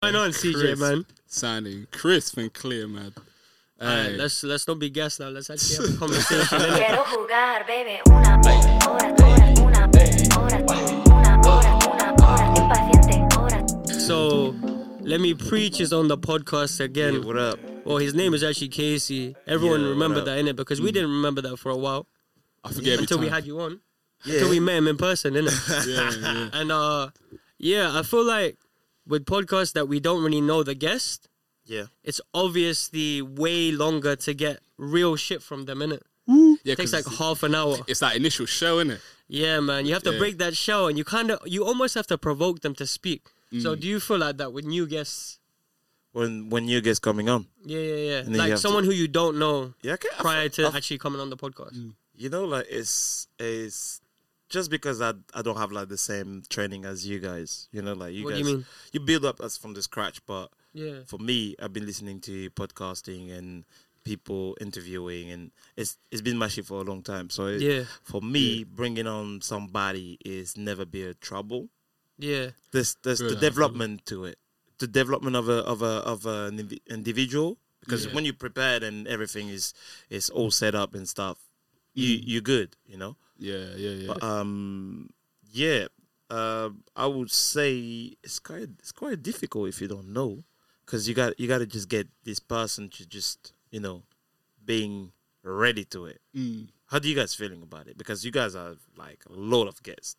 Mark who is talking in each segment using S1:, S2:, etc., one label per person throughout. S1: going on, CJ,
S2: crisp
S1: man?
S2: Sounding crisp and clear, man.
S1: Alright,
S2: Hey.
S1: let's let's not be guests now. Let's actually have a conversation. innit?
S3: Quiero jugar, bebé, una hora, hora, una hora, una hora, una hora, impaciente, hora.
S1: So let me preach is on the podcast again.
S4: what up?
S1: Well, his name is actually Casey. Everyone
S4: Yeah, what
S1: remembered
S4: up? Mm.
S1: that in it because we didn't remember that for a while
S2: I forget every
S1: until we
S2: time.
S1: had you on.
S4: Yeah.
S1: Until we met him in person, innit?
S2: Yeah, yeah.
S1: and uh, yeah, I feel like with podcasts that we don't really know the guest,
S4: yeah.
S1: it's obviously way longer to get real shit from them, innit?
S2: yeah
S1: It takes
S2: 'cause
S1: like half an hour.
S2: it's that initial show, isn't it?
S1: Yeah, man, you have to
S2: Yeah.
S1: break that shell, and you kind of, you almost have to provoke them to speak. So,
S4: Mm.
S1: do you feel like that with new guests?
S4: When when you guys coming on?
S1: Yeah, yeah, yeah.
S4: then you
S1: Like
S4: have to-
S1: someone who you don't know
S4: Yeah. Okay. I
S1: prior
S4: f-
S1: to
S4: I f- Mm.
S1: actually coming on the podcast.
S4: you know, like it's it's just because I I don't have like the same training as you guys. You know, like you
S1: What do
S4: guys
S1: you mean?
S4: you build up us from the scratch, but
S1: Yeah.
S4: for me, I've been listening to podcasting and people interviewing, and it's it's been my shit for a long time. So it,
S1: Yeah.
S4: for me, bringing on somebody is never be a trouble.
S1: Yeah.
S4: There's there's
S2: Good,
S4: the
S2: I
S4: development to it, the development of a of a of an indiv- individual. Because when you prepared and everything is is all set up and stuff, you you're good. You know.
S2: Yeah, yeah, yeah.
S4: But, um, yeah, uh, I would say it's quite it's quite difficult if you don't know, because you got you got to just get this person to just you know being ready to it.
S2: Mm.
S4: How do you guys feeling about it? Because you guys are like a lot of guests.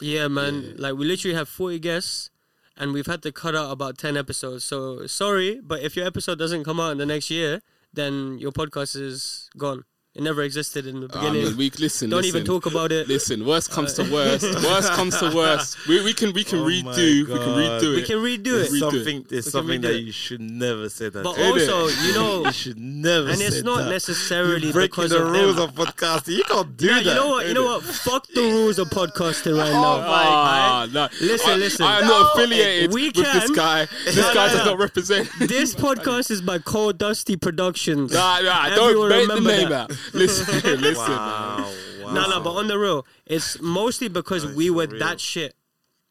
S1: Yeah, man. Like we literally have 40 guests and we've had to cut out about 10 episodes. So sorry, but if your episode doesn't come out in the next year, then your podcast is gone. It never existed in
S4: Ah,
S1: the
S2: I
S1: beginning.
S2: mean, we listen.
S1: Don't
S2: listen,
S1: even talk about it.
S2: Listen, worst comes to worst. worst comes to worst. We, we can we can
S4: Oh my
S2: redo. We can
S4: God.
S2: redo it.
S1: we can redo
S2: Redo it.
S1: it.
S4: something there's
S1: We can
S4: something
S1: redo
S4: that
S1: it.
S4: you should never say that.
S1: But
S4: to me.
S1: also, you know,
S4: you should never.
S1: and it's
S4: say
S1: not
S4: that.
S1: necessarily
S4: You're breaking
S1: because
S4: the
S1: of
S4: rules
S1: them.
S4: of podcasting. You can't do
S1: Nah,
S4: that.
S1: you know what? You know what? Fuck the rules of podcasting right now.
S4: Oh,
S2: Ah, no.
S1: Listen,
S2: I,
S1: listen.
S2: I am not affiliated
S1: We
S2: with this
S1: can.
S2: guy. This
S1: No, no,
S2: guy
S1: no.
S2: does not represent.
S4: oh.
S1: This podcast is by Cold Dusty Productions.
S2: Nah, nah, don't
S1: Everyone
S2: make the
S1: remember
S2: name
S1: that.
S2: out. Listen, listen.
S4: Wow, wow.
S1: No, no, but on the real, it's mostly because we were that shit.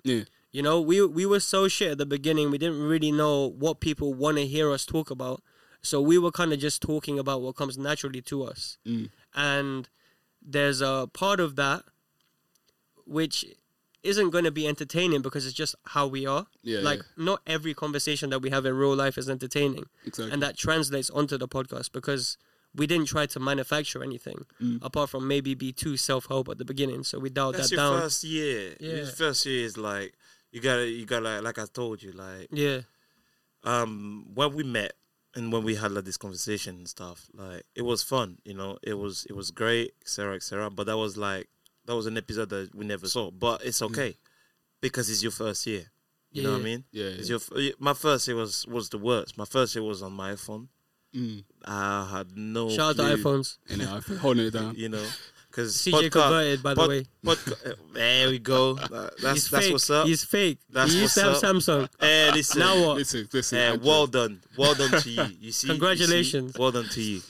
S2: Yeah.
S1: You know, we we were so shit at the beginning. We didn't really know what people want to hear us talk about. So we were kind of just talking about what comes naturally to us.
S2: Mm.
S1: And there's a part of that which isn't going to be entertaining because it's just how we are.
S2: Yeah,
S1: like
S2: yeah.
S1: not every conversation that we have in real life is entertaining.
S2: Exactly.
S1: And that translates onto the podcast because we didn't try to manufacture anything
S2: Mm.
S1: apart from maybe be too self-help at the beginning. So we dialed
S4: That's
S1: that
S4: your
S1: down.
S4: first year. Your
S1: Yeah.
S4: first year is like you gotta you gotta like, like I told you, like
S1: Yeah.
S4: um when we met and when we had like this conversation and stuff, like it was fun, you know, it was it was great, etc. etc. But that was like that was an episode that we never saw. But it's okay. Because it's your first year. You know what
S1: Mm.
S4: I
S1: Yeah.
S4: mean?
S2: Yeah,
S4: It's
S2: yeah.
S4: your f- my first year was was the worst. My first year was on my phone.
S2: Mm.
S4: I had no
S1: Shout out to
S4: clue,
S1: iPhones.
S2: And I'm holding it down.
S4: you know. Because
S1: CJ converted, by the way.
S4: eh, there we go. That-
S1: He's
S4: that's
S1: fake.
S4: that's what's up.
S1: He's fake.
S4: That's
S1: he used
S4: what's
S1: to have
S4: up.
S1: Samsung.
S4: Eh, listen,
S1: Now what?
S2: Listen, listen.
S4: Eh,
S2: Andrew.
S4: well done, well done to you. You see, you see?
S1: Congratulations.
S4: well done to you.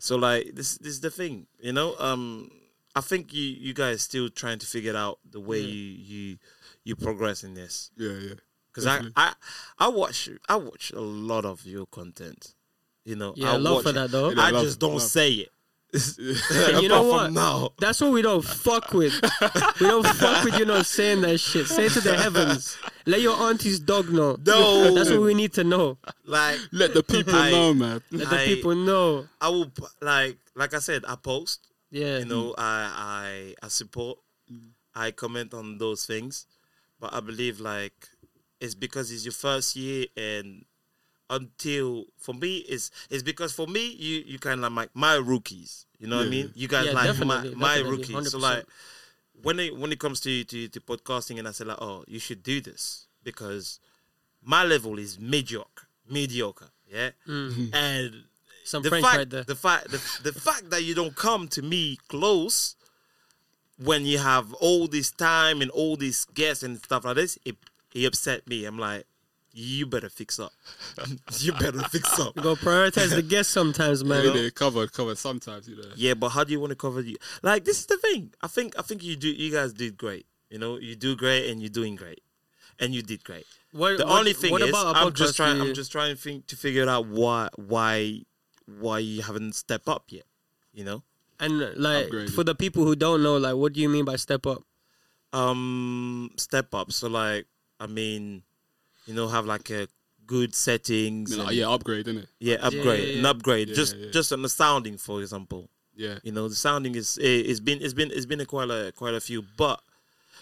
S4: So like this, this is the thing, you know. Um, I think you you guys still trying to figure out the way you you you progress in this
S2: Yeah, yeah.
S4: because I
S1: Mm-hmm.
S4: I I watch I watch a lot of your content. You know,
S1: Yeah,
S4: I
S1: love
S4: watch
S1: for
S4: it.
S1: that, though.
S4: I
S2: Yeah, love,
S4: just don't
S2: love.
S4: say it.
S1: And you know
S4: Apart
S1: what?
S4: from now.
S1: That's what we don't fuck with. we don't fuck with you know saying that shit. Say it to the heavens. Let your auntie's dog know.
S4: No.
S1: That's what we need to know.
S4: Like
S2: Let the people
S4: I-
S2: know, man.
S1: Let the
S4: I-
S1: people know.
S4: I will p- like like I said, I post.
S1: Yeah.
S4: you know I, I i support i comment on those things but i believe like it's because it's your first year and until for me it's it's because for me you you kind of like my rookies you know what i
S2: Yeah.
S4: mean you guys
S1: Yeah,
S4: like my,
S1: definitely,
S4: my
S1: definitely,
S4: rookies so
S1: 100%.
S4: like when it when it comes to, to to podcasting and i say like oh you should do this because my level is mediocre mediocre yeah
S1: Mm.
S4: and
S1: Some
S4: the
S1: French
S4: fact,
S1: right there.
S4: The fact, the, the fact that you don't come to me close when you have all this time and all these guests and stuff like this, it, it upset me. I'm like, you better fix up. you better fix up.
S1: You gotta prioritize the guests sometimes, man.
S2: Yeah, yeah, covered, covered. Sometimes, you know.
S4: Yeah, but how do you want to cover you? Like this is the thing. I think I think you do. You guys did great. You know, you do great and you're doing great. and you did great.
S1: What,
S4: The
S1: what-
S4: only thing
S1: what
S4: is,
S1: about a
S4: I'm just
S1: podcast
S4: trying.
S1: do
S4: I'm
S1: you-
S4: just trying to think to figure out why why why you haven't stepped up yet. You know,
S1: and uh, like
S2: Upgraded.
S1: for the people who don't know, like, what do you mean by step up?
S4: um, step up. So like, I mean, you know, have like a good settings.
S2: Like,
S4: and-
S2: yeah, upgrade, innit?
S4: yeah, upgrade, an
S1: yeah.
S4: upgrade.
S2: Yeah,
S4: just
S2: yeah.
S4: just on the sounding, for example.
S2: Yeah.
S4: You know, the sounding is it, it's been it's been it's been a quite a quite a few, but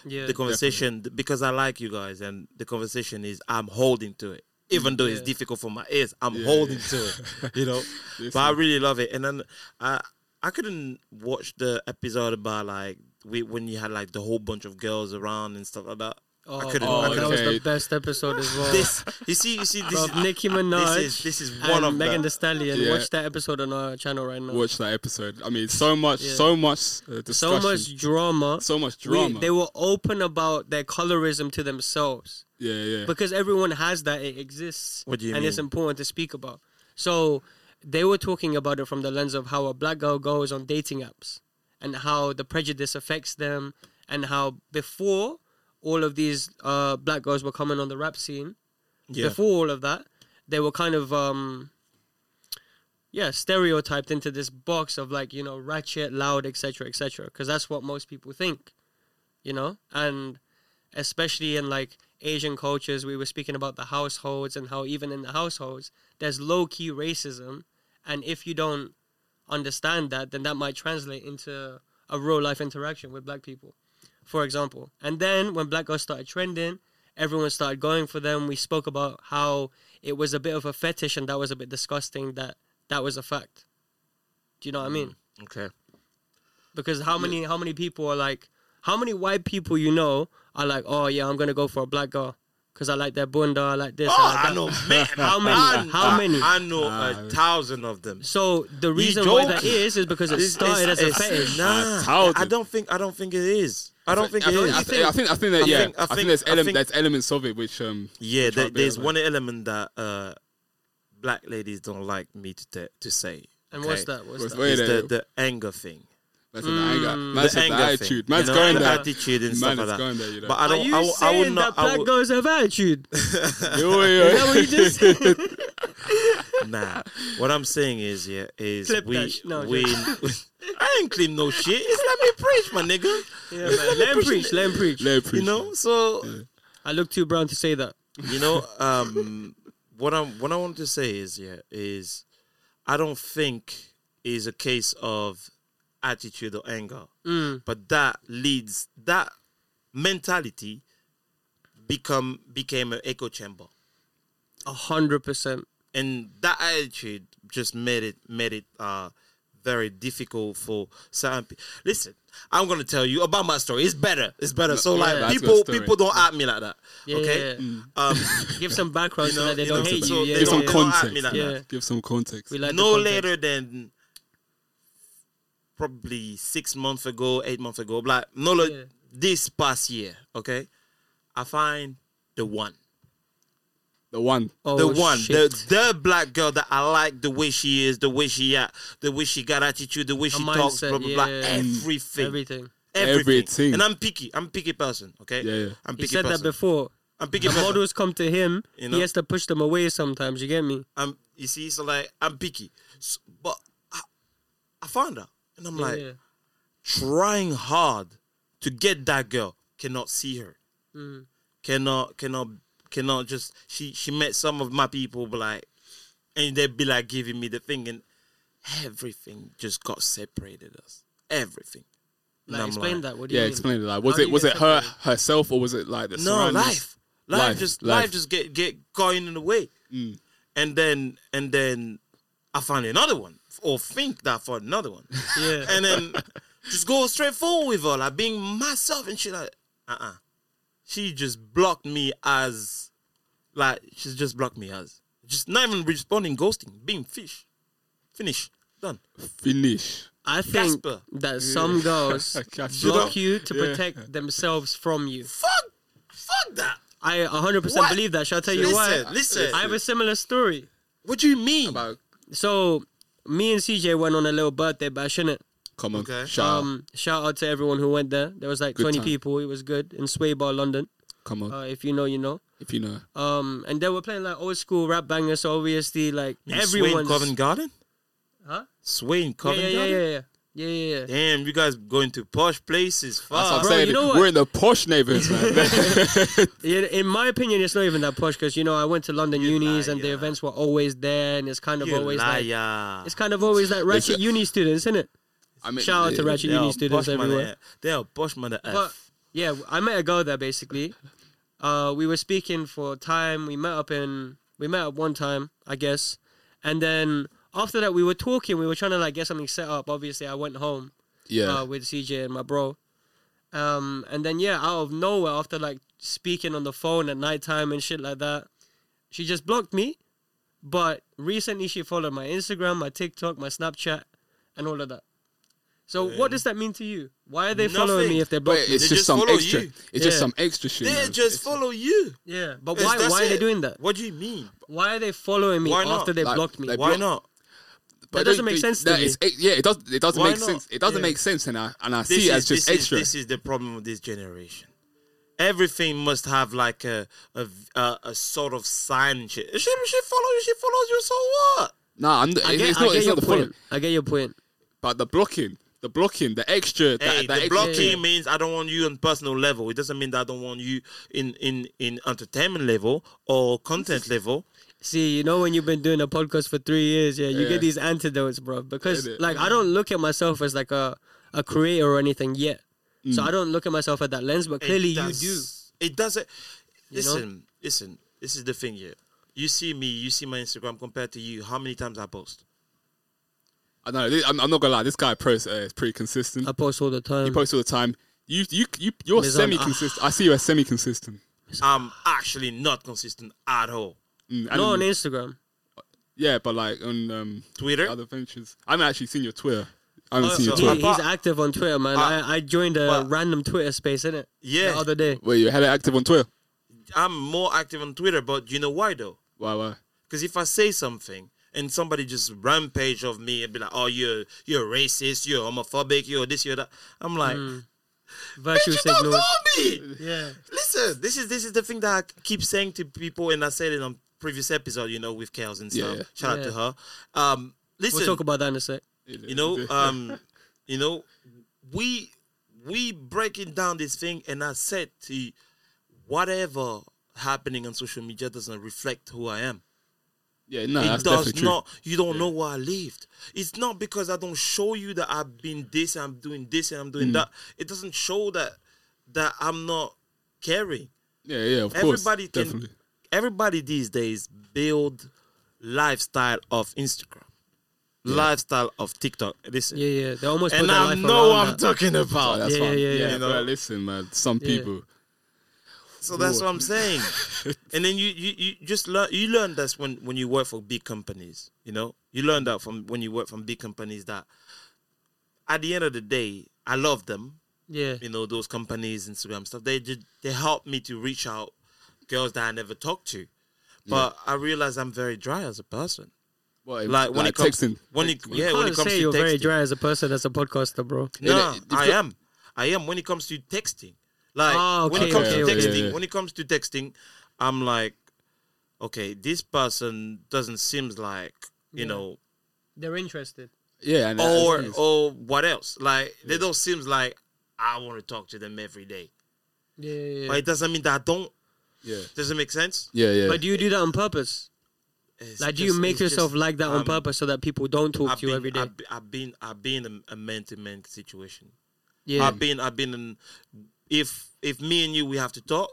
S1: Yeah,
S4: the conversation because I like you guys and the conversation is I'm holding to it. Even though it's
S1: Yeah.
S4: difficult for my ears, I'm
S2: Yeah,
S4: holding
S2: yeah.
S4: to it. You know? but I
S2: Listen.
S4: really love it. And then I I couldn't watch the episode about like we, when you had like the whole bunch of girls around and stuff like that.
S1: oh,
S4: I couldn't
S1: bro,
S2: watch
S1: that
S2: it.
S1: was the
S2: Okay.
S1: best episode as well.
S4: This you see you see this
S1: Bro, Nicki Minaj.
S4: this is this is one
S1: and
S4: of
S1: Megan
S4: the,
S1: Thee Stallion.
S2: Yeah.
S1: Watch that episode on our channel right now.
S2: Watch that episode. I mean, so much,
S1: Yeah.
S2: so much uh, discussion,
S1: so much drama.
S2: so much
S1: We-
S2: drama.
S1: they were open about their colorism to themselves
S2: yeah, yeah.
S1: because everyone has that. It exists,
S4: What do you
S1: and it's
S4: mean?
S1: important to speak about. So they were talking about it from the lens of how a black girl goes on dating apps and how the prejudice affects them, and how before all of these uh, black girls were coming on the rap scene,
S4: yeah.
S1: before all of that, they were kind of um yeah, stereotyped into this box of like, you know, ratchet, loud, etc., etc., because that's what most people think. You know? And especially in like Asian cultures, we were speaking about the households and how even in the households, there's low-key racism, and if you don't understand that, then that might translate into a real life interaction with black people, for example. And then when black girls started trending, everyone started going for them. We spoke about how it was a bit of a fetish and that was a bit disgusting that that was a fact. Do you know what I
S4: Mm.
S1: mean?
S4: Okay.
S1: Because how many how many people are like how many white people you know are like, oh yeah, I'm gonna go for a black girl because I like their bunda, I like this.
S4: Oh,
S1: I like
S4: I
S1: that."
S4: know man.
S1: How many?
S4: I-
S1: How
S4: I-
S1: many? Uh,
S4: I know a thousand of them.
S1: So the reason why that
S4: joking.
S1: is is because it
S4: It's-
S1: started
S4: it's-
S1: as a
S4: it's-
S1: fetish.
S4: Nah,
S2: A thousand.
S4: I don't think. I don't think it is. I don't think
S2: I
S4: it
S2: think,
S4: is.
S2: I, think, I think I think that
S4: I
S2: yeah,
S4: think- I
S2: I think
S4: think-
S2: there's
S4: I
S2: ele-
S4: think-
S2: there's elements of it which um
S4: Yeah,
S2: which
S4: there,
S2: aren't there,
S4: there's
S2: like-
S4: one element that uh, black ladies don't like me to te- to say.
S1: And what's
S4: okay?
S1: that? What's
S2: What's-
S1: that?
S2: Wait
S4: It's
S2: there.
S4: the, the anger thing.
S2: that's an anger,
S4: Mm, The
S2: man's the
S4: anger thing.
S2: attitude, man's
S4: you know,
S2: going
S4: the
S2: there.
S4: attitude and
S2: Man
S4: stuff
S2: is
S4: like that.
S2: going there, you know.
S4: But I
S1: Are
S4: don't.
S1: you
S4: I, will- I
S1: saying
S4: would not.
S1: that black
S4: I would,
S1: girls have attitude? Is
S2: Yo, yo,
S1: that what you just said?
S4: nah. What I'm saying is, yeah, is
S1: Clip
S4: we
S1: that sh- no,
S4: we. I ain't claim no shit. It's let me preach, my nigga.
S1: Yeah, man. Let him preach. Let him preach.
S2: yo.
S4: You know, so
S1: I look too brown to say that.
S4: You know, um, what I'm what I want to say is yeah is I don't think is a case of attitude or anger,
S1: Mm.
S4: but that leads that mentality become became an echo chamber,
S1: A hundred percent.
S4: and that attitude just made it made it uh very difficult for certain people. Listen, I'm gonna tell you about my story. It's better. It's better. So
S1: yeah,
S4: like
S2: that's
S4: people
S2: your story.
S4: people don't at me like that.
S1: Yeah,
S4: okay.
S1: yeah, yeah.
S4: Um,
S1: Give some background so that they
S4: you
S1: don't
S4: know,
S1: hate
S4: so
S1: you. Yeah,
S4: they
S2: Give
S1: yeah,
S2: some
S4: don't-
S1: yeah.
S4: con- at
S2: context.
S4: me like
S1: that. Yeah.
S2: Give some context.
S1: We like the
S4: no
S1: context.
S4: later than probably six months ago, eight months ago, like no, like
S1: Yeah.
S4: this past year, okay, I find the one,
S2: The one.
S1: Oh,
S4: the one,
S1: shit.
S4: the the black girl that I like, the way she is, the way she act, the way she got attitude, the way she talks,
S1: mindset,
S4: blah blah blah,
S1: yeah.
S4: everything, everything,
S1: everything.
S2: Everything.
S4: and I'm picky, I'm picky person, okay,
S2: Yeah, yeah.
S4: I'm
S1: He
S4: picky
S1: said that
S4: person,
S1: before.
S4: I'm picky
S1: The
S4: person,
S1: models come to him.
S4: You know?
S1: He has to push them away sometimes. You get me?
S4: I'm, you see, so like I'm picky, so, but I, I found her, and I'm
S1: Yeah,
S4: like.
S1: yeah.
S4: trying hard to get that girl cannot see her cannot cannot cannot just she she met some of my people but like and they'd be like giving me the thing and everything just got separated us everything And
S1: Like,
S4: I'm
S1: explain
S4: like,
S1: that. What do you
S2: Yeah,
S1: mean?
S2: explain it. Like,
S1: How
S2: was
S1: do
S2: it
S1: you
S2: was
S1: get
S2: it her
S1: separated?
S2: herself or was it like the
S4: no
S2: surroundings?
S4: life. life
S2: Life,
S4: just life.
S2: life. Mm.
S4: just get get going in the way and then and then i find another one or think that for another one
S1: Yeah.
S4: and then just go straight forward with her, like being myself and she like, uh uh She just blocked me as, like, she's just blocked me as, just not even responding, ghosting, being fish. Finish. Done.
S2: Finish.
S1: I think
S4: Casper.
S1: that some girls
S2: Casper.
S1: block you to
S2: Yeah.
S1: protect themselves from you.
S4: Fuck, fuck that.
S1: I 100 percent
S4: What?
S1: believe that. Shall I tell you
S4: Listen,
S1: why?
S4: listen.
S1: I have a similar story.
S4: what do you mean?
S2: About
S1: So me and CJ went on a little birthday bash, innit?
S2: come on.
S4: Okay.
S2: Shout out.
S1: Um, shout out to everyone who went there. There was like
S2: Good
S1: 20
S2: time.
S1: people. It was good in Sway Bar, London.
S2: Come on,
S1: Uh, if you know, you know.
S2: if you know.
S1: Um, and they were playing like old school rap bangers, so obviously like
S4: Sway in
S1: everyone's
S4: Covent Garden?
S1: Huh?
S4: Sway
S1: Yeah,
S4: in Covent
S1: yeah, yeah,
S4: Garden?
S1: yeah, yeah, yeah, yeah.
S4: Damn, you guys going to posh places.
S2: That's what I'm
S4: Fuck.
S1: uh, bro,
S2: saying.
S1: you know what?
S2: We're in the posh neighborhoods, man.
S1: Yeah, In my opinion, it's not even that posh because you know I went to London
S4: You
S1: unis and the
S4: liar.
S1: events were always there, and it's kind of
S4: You
S1: always like
S4: liar.
S1: it's kind of always like ratchet
S2: Listen.
S1: uni students, isn't it?
S2: I mean,
S1: Shout out to Ratchet
S4: They are
S1: Uni students
S4: posh mother-
S1: everywhere.
S4: They are posh mother
S1: But
S4: F.
S1: yeah, I met a girl there basically. Uh, we were speaking for a time. We met up in we met up one time, I guess, and then after that we were talking. We were trying to like get something set up. Obviously, I went home
S2: Yeah,
S1: uh, with CJ and my bro. Um, and then yeah, out of nowhere, after like speaking on the phone at nighttime and shit like that, she just blocked me. But recently, she followed my Instagram, my TikTok, my Snapchat, and all of that. So what does that mean to you? Why are they following
S4: Nothing.
S1: me if they're
S2: but it's
S1: blocked? me?
S2: just,
S4: They just
S2: some
S4: follow
S2: extra.
S4: you.
S2: It's just
S1: Yeah.
S2: some extra shit.
S4: They
S2: man.
S4: just follow you.
S1: yeah, but
S4: It's-
S1: why?
S4: that's
S1: Why are they
S4: it.
S1: doing that?
S4: What do you mean?
S1: Why are they following me
S4: Why not?
S1: after they
S2: Like,
S1: blocked me?
S2: like-
S4: Why
S2: block-
S4: not?
S1: that
S2: they-
S1: doesn't make
S2: they-
S1: sense to
S2: that
S1: me.
S2: is ex- yeah, it does. It doesn't
S4: Why
S2: make
S4: not?
S2: sense. It doesn't
S1: Yeah.
S2: make sense, and I and I
S4: This
S2: see it as
S4: is-
S2: just
S4: this is-
S2: extra.
S4: this is the problem with this generation. Everything must have like a a, v- a, a sort of sign. and Shit. She she follows you. She follows you. So what?
S2: nah, I'm,
S1: I get,
S2: it's
S1: I
S2: not.
S1: get
S2: It's
S1: your
S2: not the
S1: point.
S2: point.
S1: I get your point.
S2: But the blocking, the blocking, the extra. that, that
S4: Hey, the
S2: extra
S4: blocking
S1: Yeah.
S4: means I don't want you on personal level. It doesn't mean that I don't want you in in in entertainment level or content level.
S1: See, you know when you've been doing a podcast for three years, yeah, you
S2: Yeah.
S1: get these antidotes, bro. Because
S2: Innit?
S1: like I don't look at myself as like a a creator or anything yet, so I don't look at myself at that lens. But
S4: Mm. It
S1: clearly, you
S4: does-
S1: do.
S4: It doesn't.
S1: know?
S4: Listen, listen. This is the thing here. You see me. You see my Instagram compared to you. How many times I post?
S2: I don't know. this- I'm, I'm not gonna lie. This guy posts uh, is pretty consistent.
S1: I post all the
S2: He
S1: time.
S2: posts all the time. You you you you're
S1: Mizan, ah.
S2: semi consistent. I see you as semi consistent.
S4: I'm actually not consistent at all.
S2: Mm,
S1: Not on Instagram.
S2: yeah, but like on um,
S4: Twitter.
S2: other ventures. I haven't actually seen your Twitter. I haven't
S4: Oh,
S2: seen your
S4: so-
S1: He,
S2: Twitter.
S4: I-
S1: he's active on Twitter, man.
S4: I-
S1: I, I joined a
S4: Well-
S1: random Twitter space, innit?
S4: Yeah.
S1: The other day.
S2: Wait, you had it active on Twitter?
S4: I'm more active on Twitter, but you know why though?
S2: Why? Why?
S4: Because if I say something and somebody just rampage of me and be like, "Oh, you're you're racist, you're homophobic, you're this, you're that," I'm like,
S1: Mm. Virtue
S4: "You don't
S1: signals.
S4: know me."
S1: Yeah.
S4: Listen, this is this is the thing that I keep saying to people, and I said it on previous episode, you know, with Kels and stuff.
S2: Yeah.
S4: Shout out
S1: Yeah.
S4: to her. Um, listen,
S1: We'll talk about that in a sec.
S4: you know, um, you know, we we breaking down this thing, and I said to you, whatever happening on social media doesn't reflect who I am.
S2: yeah, no,
S4: it
S2: that's
S4: does
S2: definitely
S4: not. You don't know where I lived. It's not because I don't show you that I've been this and I'm doing this and I'm
S2: Mm.
S4: doing that. It doesn't show that that I'm not caring.
S2: true. Yeah, yeah, of course.
S4: Everybody can.
S2: definitely.
S4: Everybody these days build lifestyle of Instagram, lifestyle of TikTok. Listen,
S1: Yeah, yeah. They almost put
S4: and
S1: their
S4: I
S1: life
S4: know
S1: around
S4: what I'm
S1: that.
S4: talking
S2: Oh,
S4: about.
S2: that's
S1: Yeah,
S2: fine.
S1: yeah, yeah.
S4: You know?
S2: bro, listen, man. Some
S1: Yeah.
S2: people.
S4: So that's what I'm saying. and then you, you, you just learn you learn that when when you work for big companies, you know? You learn that from when you work from big companies that at the end of the day, I love them,
S1: Yeah.
S4: you know, those companies, Instagram stuff. They did they help me to reach out girls that I never talked to. But I realize I'm very dry as a person.
S2: What, if-
S4: Like when it comes
S2: texting.
S4: when it, yeah, when
S1: Can't
S4: it comes
S1: say
S4: to
S1: you're very
S4: texting.
S1: dry as a person, as a podcaster, bro.
S4: No,
S2: It- it-
S4: I
S2: it-
S4: am. I am when it comes to texting. Like
S1: Oh,
S4: when it
S1: okay,
S4: comes
S2: Ah, okay,
S4: to
S2: okay,
S4: texting,
S2: yeah, yeah.
S4: when it comes to texting, I'm like, okay, this person doesn't seem like you know,
S1: They're interested.
S2: Yeah, and that's-
S4: or or what else? Like they don't seem like I want to talk to them every day.
S1: Yeah, yeah, yeah.
S4: But it doesn't mean that I don't.
S2: yeah,
S4: Does it make sense?
S2: yeah, yeah.
S1: But do you do that on purpose?
S4: It's
S1: Like, do
S4: just-
S1: you make
S4: it's just-
S1: yourself like that on
S4: um,
S1: purpose so that people don't talk
S4: I've
S1: to you
S4: been-
S1: every day?
S4: I've, been- I've been I've been a man to man situation.
S1: yeah,
S4: I've been I've been in. If if me and you we have to talk,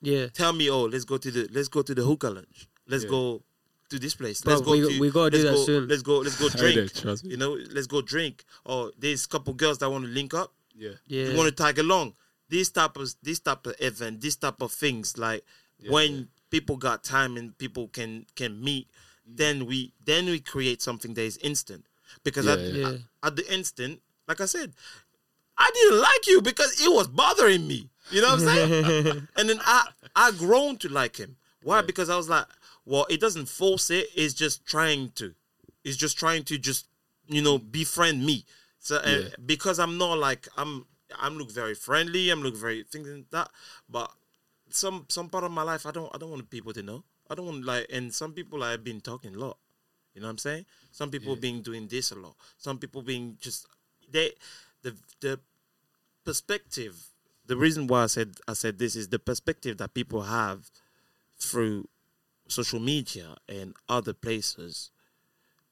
S1: yeah.
S4: tell me, oh, let's go to the let's go to the hookah lounge. Let's
S2: Yeah.
S4: go to this place.
S1: Bro,
S4: Let's go.
S1: we-
S4: to,
S1: we gotta do
S4: let's
S1: that
S4: go-
S1: soon.
S4: Let's go. Let's go
S2: Hey there,
S4: drink.
S2: trust me.
S4: you know, let's go drink. Or there's couple girls that want to link up.
S2: yeah,
S1: yeah.
S4: You want to tag along. This type of this type of event, this type of things. Like when people got time and people can can meet,
S1: Mm.
S4: then we then we create something that is instant. Because at,
S2: Yeah,
S1: yeah.
S4: at- at the instant, like I said, I didn't like you because it was bothering me. You know what I'm saying? and then I I grown to like him. Why? Because I was like, well, it doesn't force it. It's just trying to. It's just trying to just you know befriend me. So uh,
S2: Yeah.
S4: because I'm not like I'm I'm look very friendly. I'm look very things like that. But some some part of my life I don't I don't want people to know. I don't want like and some people I've been talking a lot. You know what I'm saying? Some people been doing this a lot. Some people being just they the the perspective. The reason why I said I said this is the perspective that people have through social media and other places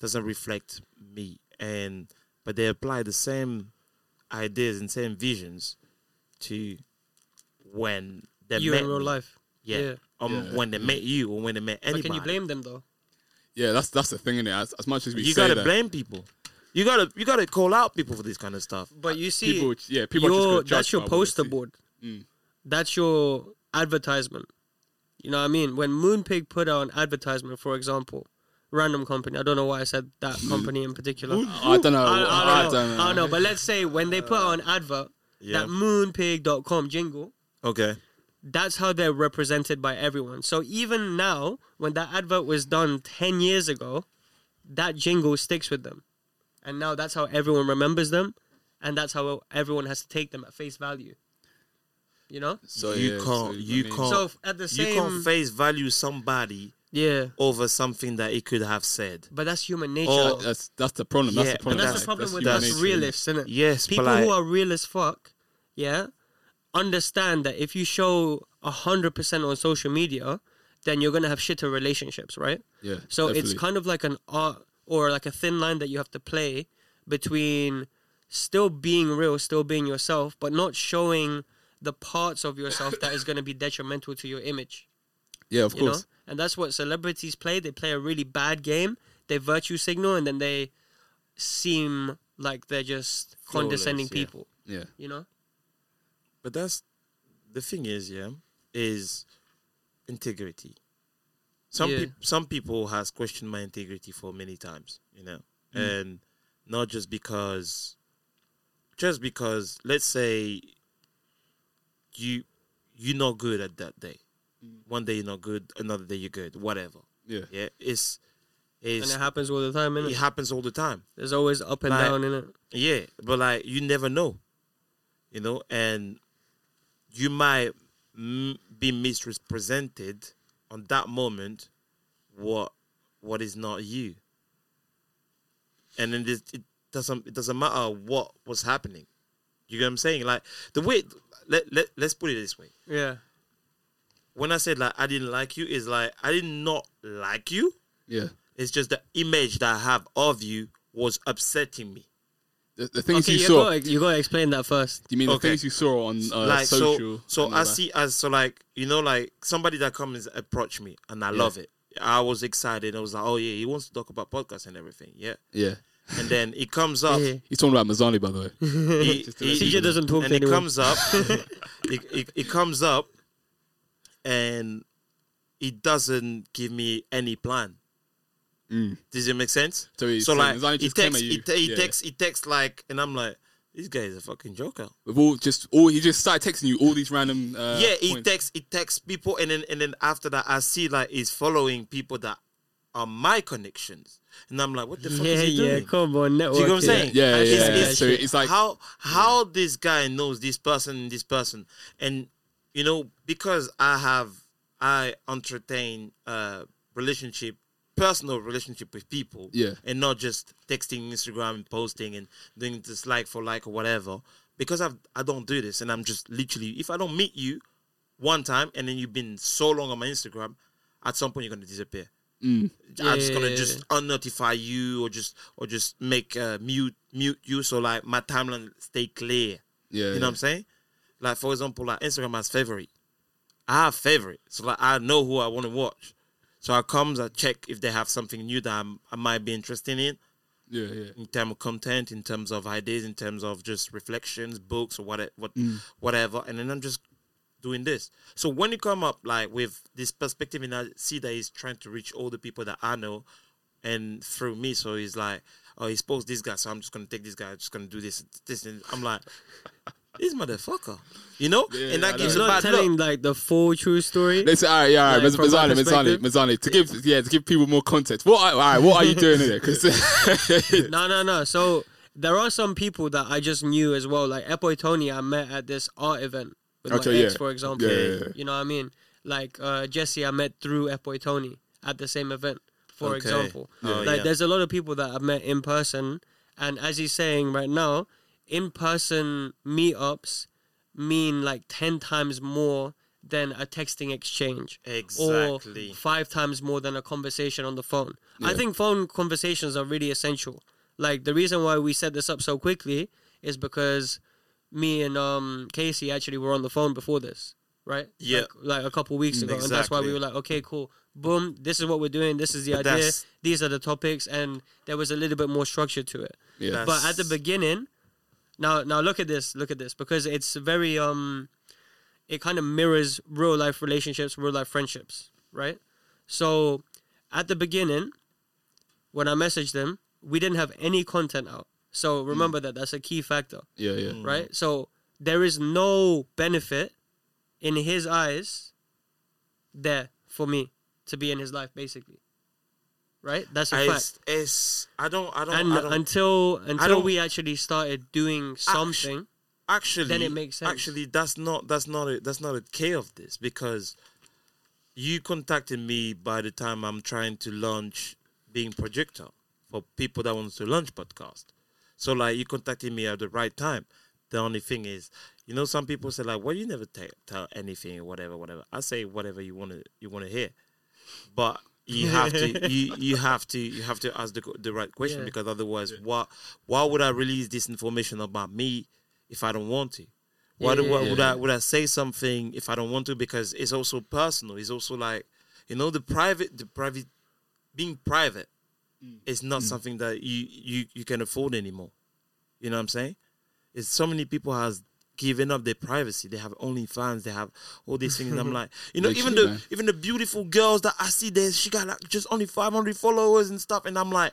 S4: doesn't reflect me and but they apply the same ideas and same visions to when they
S1: you
S4: met
S1: in real
S4: me.
S1: life.
S4: yeah,
S1: yeah.
S4: Um, when they met you or when they met
S1: But
S4: anybody
S1: can you blame them though?
S2: Yeah, that's that's the thing in it. As, as much as we
S4: you
S2: say
S4: gotta
S2: that,
S4: blame people you gotta you gotta call out people for this kind of stuff
S1: But you see,
S2: people, yeah, people are just
S1: your-
S2: gonna judge
S1: that's your
S2: by what they
S1: poster
S2: see.
S1: board. That's your advertisement. You know what I mean? When Moonpig put out an advertisement, for example, random company. I don't know why I said that company in particular.
S2: I don't know.
S1: I, I
S2: I,
S1: don't know. I don't know. But let's say when they put out an advert,
S4: Yeah.
S1: that moonpig.com jingle,
S4: okay
S1: that's how they're represented by everyone. So even now, when that advert was done 10 years ago, that jingle sticks with them. And now that's how everyone remembers them. And that's how everyone has to take them at face value. You know?
S2: So
S4: you
S2: yeah, so
S4: can't you
S2: I mean-
S4: can't
S1: So f- at the
S4: you
S1: same-
S4: can't face value somebody
S1: Yeah.
S4: over something that he could have said
S1: But that's human nature.
S4: Or-
S1: though.
S2: That's that's the problem. That's
S4: Yeah,
S2: the
S1: But
S4: but
S2: problem.
S1: that's
S4: Like,
S1: the problem
S2: that's
S1: with
S2: human
S1: us
S2: nature.
S1: realists, isn't it?
S4: Yes, but
S1: people
S4: like-
S1: who are real as fuck, yeah, understand that if you show hundred percent on social media, then you're gonna have shitter relationships, right?
S2: Yeah,
S1: So it's
S2: definitely.
S1: kind of like an art or like a thin line that you have to play between still being real, still being yourself, but not showing the parts of yourself that is gonna be detrimental to your image
S2: Yeah, of
S1: you know
S2: course.
S1: and that's what celebrities play they play a really bad game they virtue signal and then they seem like they're just condescending
S4: Flawless, yeah.
S1: people
S2: Yeah.
S1: you know
S4: But that's the thing is, yeah, is integrity. Some
S1: Yeah.
S4: peop some people has questioned my integrity for many times, you know, and not just because, just because, let's say, you you're not good at that day. One day you're not good, another day you're good, whatever.
S2: Yeah.
S4: Hmm. Yeah, it's
S1: and
S4: it's
S1: it happens all the time innit?
S4: it happens all the time.
S1: there's always up and
S4: Like-
S1: down in it
S4: Yeah, but like you never know, you know, and you might m- be misrepresented on that moment. What what is not you, and then this, it doesn't it doesn't matter what was happening. You get what I'm saying? Like the way let, let let's put it this way.
S1: yeah
S4: When I said like I didn't like you, is like I did not like you.
S2: Yeah.
S4: It's just the image that I have of you was upsetting me.
S2: The, the things
S1: okay
S2: you
S1: you,
S2: saw.
S1: gotta, you gotta explain that first
S2: you mean the
S4: Okay.
S2: things you saw on uh,
S4: like
S2: social?
S4: so so
S2: and
S4: i
S2: all that?
S4: see as so like you know like somebody that comes approach me and i love it i was excited i was like oh yeah he wants to talk about podcasts and everything yeah
S2: Yeah.
S4: and then it comes up
S1: Yeah.
S2: He's talking about Mazzani, by the way.
S4: he, he-
S1: CJ doesn't talk
S4: and
S1: to
S4: it
S1: anyone.
S4: comes up it, it, it comes up and it doesn't give me any plan
S1: Mm.
S4: does it make sense
S2: So he's saying
S4: like
S2: Mazzani
S4: it
S2: just came
S4: takes
S2: at you.
S4: it, ta- it
S2: Yeah.
S4: takes it takes like and i'm like this guy is a fucking joker
S2: With all just all he just started texting you all these random. Uh,
S4: yeah, it
S2: points.
S4: takes it takes people, and then and then after that, I see like he's following people that are my connections, and I'm like, what the fuck
S1: yeah
S4: is he
S1: yeah
S4: doing?
S1: come on network
S4: Do you know what I'm saying?
S2: Yeah,
S1: I
S2: yeah,
S1: see
S2: yeah.
S1: that
S2: yeah. So
S1: shit.
S2: it's like
S4: how how this guy knows this person and this person, and you know because I have I entertain uh relationship, personal relationship with people,
S2: Yeah.
S4: and not just texting, Instagram, and posting and doing this like for like or whatever. Because I've I don't do this, and I'm just literally if I don't meet you one time, and then you've been so long on my Instagram, at some point you're gonna disappear. I'm just
S1: Yeah,
S4: gonna
S1: yeah,
S4: just unnotify you or just or just make uh, mute mute you so like my timeline stay clear.
S2: Yeah,
S4: you know
S2: yeah.
S4: what I'm saying? Like for example, like Instagram has favorite. I have favorite, so like I know who I want to watch. So I comes, I check if they have something new that I'm, I might be interested in,
S2: yeah, yeah,
S4: in terms of content, in terms of ideas, in terms of just reflections, books or what, what
S1: Mm.
S4: whatever. And then I'm just doing this. So when you come up like with this perspective, and I see that he's trying to reach all the people that I know, and through me, so he's like, oh, he's posted this guy, so I'm just gonna take this guy, I'm just gonna do this, this, and I'm like, this motherfucker, you know,
S2: Yeah,
S4: and
S2: I
S4: that gives
S1: he's
S4: a
S2: know.
S1: not
S4: bad
S1: telling
S4: look.
S1: like the full true story
S2: They say, all right, yeah, all right,
S1: Like,
S2: Maz-
S1: from my
S2: Mazzani, Mazzani,
S1: perspective-
S2: Mazzani. To give, yeah, to give people more context. What, are- all right, what are you doing in there? Because
S1: no, no, no. So there are some people that I just knew as well. Like Epo Tony, I met at this art event. with my
S5: Okay,
S1: ex,
S5: yeah.
S1: for example.
S5: Yeah, yeah, yeah.
S1: You know what I mean? Like uh, Jesse, I met through Epoy Tony at the same event, for
S4: Okay.
S1: example.
S4: Oh,
S1: like
S4: yeah.
S1: there's a lot of people that I've met in person, and as he's saying right now, in person meetups mean like ten times more than a texting exchange
S4: Exactly.
S1: or five times more than a conversation on the phone. I think phone conversations are really essential. Like the reason why we set this up so quickly is because me and um Casey actually were on the phone before this, right?
S4: Yeah.
S1: Like, like a couple weeks ago, and that's why we
S4: Exactly.
S1: were like, okay, cool, boom, this is what we're doing, this is the
S4: But
S1: idea,
S4: that's-
S1: these are the topics, and there was a little bit more structure to it.
S5: Yeah.
S1: But at the
S4: That's-
S1: beginning, now now look at this, look at this, because it's very um, it kind of mirrors real life relationships, real life friendships, right? So, at the beginning, when I messaged them, we didn't have any content out. So remember that that's a key factor,
S5: Yeah, yeah.
S1: right? So there is no benefit in his eyes there for me to be in his life, basically. Right? That's a
S4: I,
S1: fact
S4: it's, it's- I don't I don't,
S1: and
S4: Oh, I don't
S1: until until
S4: don't-
S1: we actually started doing something,
S4: actually
S1: then it makes sense.
S4: Actually, that's not that's not a, that's not a key of this because you contacted me by the time I'm trying to launch being projector for people that wants to launch podcast. So like you contacted me at the right time. The only thing is, you know, some people say like, "Well, you never te- tell anything or whatever, whatever." I say whatever you want to you want to hear, but you have to you you have to you have to ask the co- the right question
S1: Yeah.
S4: because otherwise, why why would I release this information about me if I don't want to? Why do,
S1: Yeah,
S4: why
S1: yeah,
S4: would I would I say something if I don't want to? Because it's also personal. It's also like you know the private the private being private
S1: Mm.
S4: is not something that you you you can afford anymore. You know what I'm saying? It's so many people has given up their privacy. They have only fans. They have all these things. And I'm like, you know, even the
S5: Literally, man.
S4: even the beautiful girls that I see there, she got like just only 500 followers and stuff. And I'm like,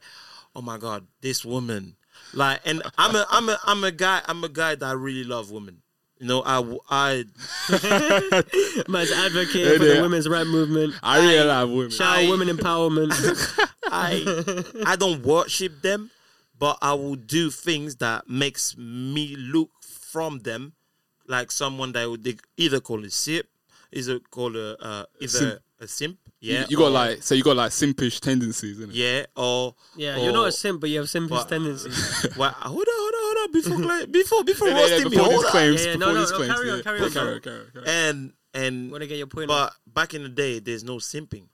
S4: oh my god, this woman. Like, and I'm a I'm a I'm a guy I'm a guy that really love women. You know, I w- I
S1: man's advocating for the
S5: yeah.
S1: women's right movement.
S5: I really love women.
S1: Shout out women empowerment.
S4: I I don't worship them, but I will do things that makes me look from them like someone that would they either call a simp, either call a uh, either
S5: Simp.
S4: a simp,
S5: You-
S4: yeah,
S5: you got
S4: or-
S5: like so you got like simpish tendencies, innit?
S4: yeah, or
S1: Yeah,
S4: or,
S1: you're not a simp, but you have simpish
S4: What?
S1: tendencies.
S4: Well, hold on, hold on, hold on, before Gla- before before
S5: Yeah, yeah,
S4: roasting me,
S5: before
S4: hold
S5: these
S4: on.
S5: claims,
S1: Yeah, yeah, no,
S5: before
S1: no,
S5: these
S1: no,
S5: claims,
S1: carry on,
S5: yeah.
S1: carry
S5: Yeah,
S1: on,
S5: carry
S1: carry
S5: on, carry on, carry on.
S4: and and
S1: Want to get your point?
S4: But back in the day, there's no simping.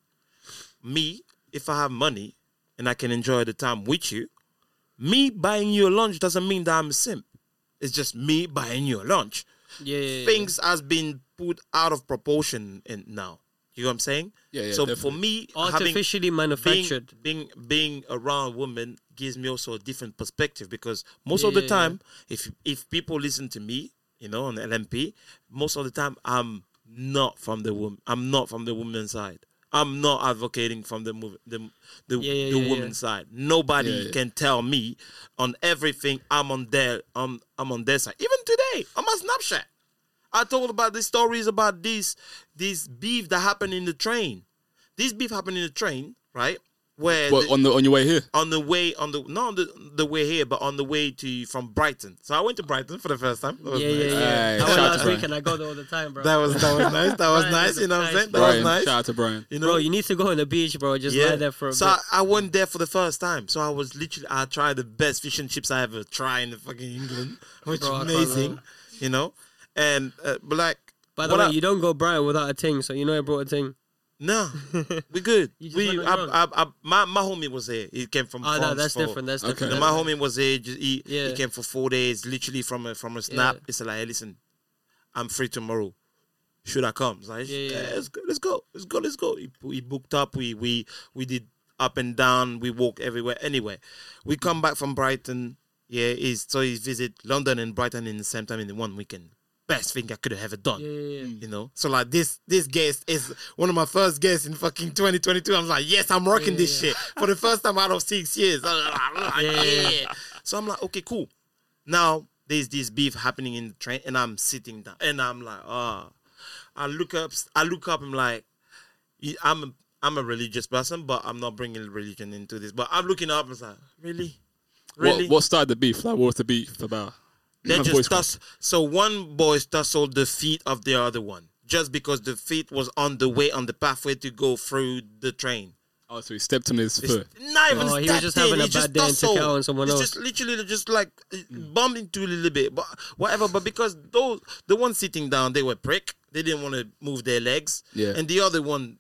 S4: Me, if I have money and I can enjoy the time with you, me buying you a lunch doesn't mean that I'm a simp. It's just me buying you a lunch.
S1: yeah, yeah, yeah.
S4: Things has been put out of proportion in now. You know what I'm saying?
S5: Yeah, yeah,
S4: So for
S5: definitely.
S4: me, having
S1: artificially manufactured.
S4: being, being being around women gives me also a different perspective because most of
S1: Yeah,
S4: the
S1: yeah,
S4: time, if if people listen to me, you know, on LMP, most of the time I'm not from the woman. I'm not from the woman's side. I'm not advocating from the mov- the the,
S1: Yeah, yeah,
S4: the
S1: yeah,
S4: woman's side. Nobody
S5: Yeah, yeah.
S4: can tell me on everything. I'm on their I'm I'm on their side. Even today, on my Snapchat, I told about the stories about this this beef that happened in the train. This beef happened in the train, right? Where
S5: But
S4: the-
S5: on the on your way here,
S4: on the way on the not on the, the way here, but on the way to from Brighton. So I went to Brighton for the first time. That was
S1: yeah,
S4: nice.
S1: yeah, yeah. I
S5: Alright,
S1: went
S5: shout out
S1: last
S5: to
S1: week and
S5: Brian.
S1: I go there all the time, bro.
S4: That was that was nice. That was
S1: Brighton
S4: nice.
S1: is
S4: You know what I'm
S1: nice,
S4: saying? That
S1: bro.
S5: Brian.
S4: was nice.
S5: Shout out to Brian.
S4: You know,
S1: bro, you need to go on the beach, bro. Just lie there for a
S4: so
S1: bit.
S4: I, I went there for the first time. So I was literally I tried the best fish and chips I ever tried in the fucking England, which
S1: Bro, I can't
S4: amazing,
S1: lie.
S4: you know. And uh, but like,
S1: By the
S4: what
S1: way,
S4: I-
S1: you don't go Brian without a ting, so you know I brought a ting.
S4: no, we good.
S1: You just
S4: we
S1: went
S4: I,
S1: on your
S4: I, I, my my homie was here. He came from
S1: Oh, no,
S4: France
S1: that's
S4: for-
S1: different. That's
S5: Okay.
S1: different.
S4: No,
S1: that's
S4: my
S1: different.
S4: homie was here. Just, he,
S1: Yeah.
S4: he came for four days, literally from a from a snap.
S1: Yeah.
S4: It's like, hey, listen, I'm free tomorrow. Should I come? It's like,
S1: Yeah, yeah,
S4: "Yeah,
S1: yeah.
S4: let's go, let's go, let's go, let's go. He, he booked up. We we we did up and down. We walked everywhere. Anyway, we come back from Brighton. Yeah, is so he visit London and Brighton in the same time in the one weekend. Best thing I could have ever done.
S1: Yeah, yeah, yeah.
S4: You know, so like this this guest is one of my first guests in fucking 2022. I'm like, yes, I'm rocking this shit for the first time out of six years. yeah. So I'm like, okay, cool. Now there's this beef happening in the train, and I'm sitting down, and I'm like, ah. I look up, I look up, I'm like, y- I'm a, I'm a religious person, but I'm not bringing religion into this. But I'm looking up, and it's like, really, really.
S5: What, what started the beef? Like, what was the beef about?
S4: They
S5: My voice
S4: just tuss- so one boy tussled the feet of the other one just because the feet was on the way on the pathway to go through the train.
S5: Oh, so he stepped on his
S4: It's
S5: foot.
S4: Not even
S1: Oh, he was just
S4: stepped
S1: having
S4: in,
S1: a
S4: he just
S1: bad day and took
S4: tussled.
S1: out on someone
S4: It's
S1: else.
S4: just literally just like uh,
S5: Mm.
S4: bumped into a little bit, but whatever. But because those the one sitting down, they were prick. They didn't want to move their legs.
S5: Yeah.
S4: And the other one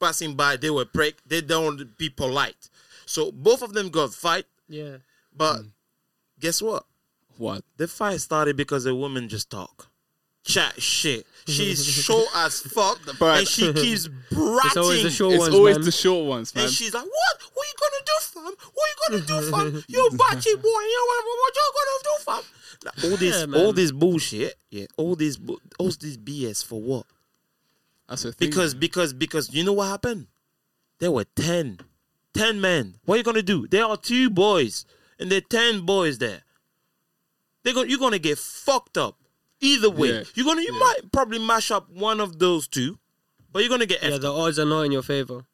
S4: passing by, they were prick. They don't want to be polite. So both of them got fight,
S1: Yeah.
S4: but
S5: Mm.
S4: guess what?
S5: What?
S4: The fight started because a woman just talk. Chat shit. She's short as fuck,
S5: But-
S4: and she keeps
S1: It's always the
S4: bratting.
S1: short
S5: it's
S1: ones,
S5: always
S1: man.
S5: the short ones, man.
S4: And she's like, "What? What you gonna do, fam? What you gonna do, fam? You batchy boy. You wanna- what you gonna do, fam?" Like, all this,
S1: Yeah, man.
S4: all this bullshit. Yeah, all this, bu- all this BS for what?
S5: That's the thing.
S4: Because, because, because you know what happened? There were 10. 10 men. What are you gonna do? There are two boys, and there are ten boys there. They go, you're gonna get fucked up. Either way,
S5: Yeah.
S4: you're gonna, you might probably mash up one of those two, but you're gonna get
S1: Yeah,
S4: effed
S1: the odds are not in your favor.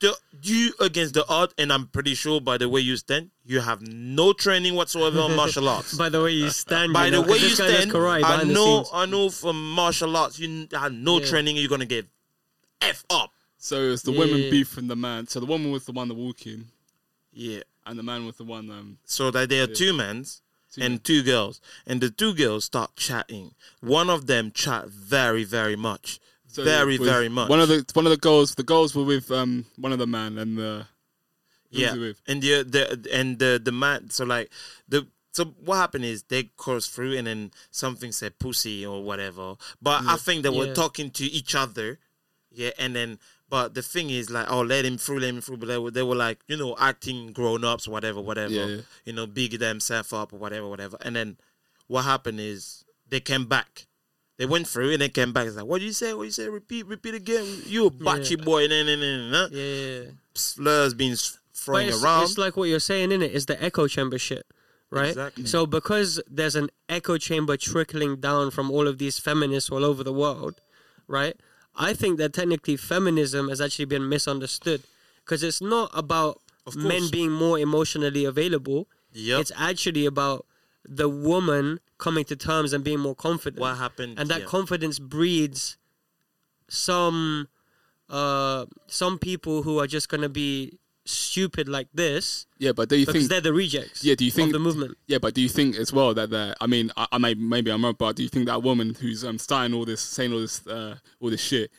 S4: the you against the art, and I'm pretty sure by the way you stand, you have no training whatsoever on martial arts.
S1: By the way you stand.
S4: Uh, By
S1: you
S4: the
S1: know, 'cause
S4: way you
S1: this guy does
S4: stand,
S1: karate
S4: I
S1: behind the
S4: know,
S1: scenes.
S4: I know from martial arts, you n- had no
S1: Yeah.
S4: training. You're gonna get f up.
S5: so it's the
S1: Yeah,
S5: women
S1: yeah, yeah.
S5: beef from the man. So the woman was the one that walking,
S4: Yeah.
S5: and the man was the one. Um,
S4: So that there are two men and two girls, and the two girls start chatting. One of them chat very, very much,
S5: so
S4: very,
S5: with-
S4: very much.
S5: One of the one of the girls. The girls were with um one of the man and the who was
S4: yeah,
S5: it with?
S4: and the the and the the man. So like the so what happened is they coursed through, and then something said pussy or whatever. But I think they were
S1: Yeah.
S4: talking to each other, yeah. And then but the thing is like, oh, let him through, let him through. But they were they were like you know acting grown ups, whatever, whatever.
S5: Yeah, yeah.
S4: You know, big themselves up or whatever, whatever. And then what happened is they came back. They went through and they came back. It's like, what do you say? What do you say? Repeat, repeat again. You a batchy boy, nah, nah, nah, nah, nah.
S1: Yeah, yeah, yeah.
S4: slurs being s-
S1: But
S4: thrown
S1: it's,
S4: around.
S1: it's like what you're saying, innit? It's the echo chamber shit, right?
S4: Exactly.
S1: So because there's an echo chamber trickling down from all of these feminists all over the world, right? I think that technically feminism has actually been misunderstood because it's not about
S4: course.
S1: men being more emotionally available.
S4: Yep.
S1: It's actually about the woman coming to terms and being more confident.
S4: What happened-
S1: And that
S4: yeah.
S1: confidence breeds some uh some people who are just gonna be stupid like this
S5: Yeah, but do you
S1: because
S5: think?
S1: they're the rejects.
S5: Yeah, do you think
S1: of the movement?
S5: Yeah, but do you think as well that the I mean, I, I may maybe I'm wrong, but do you think that woman who's um, starting all this, saying all this, uh, all this shit,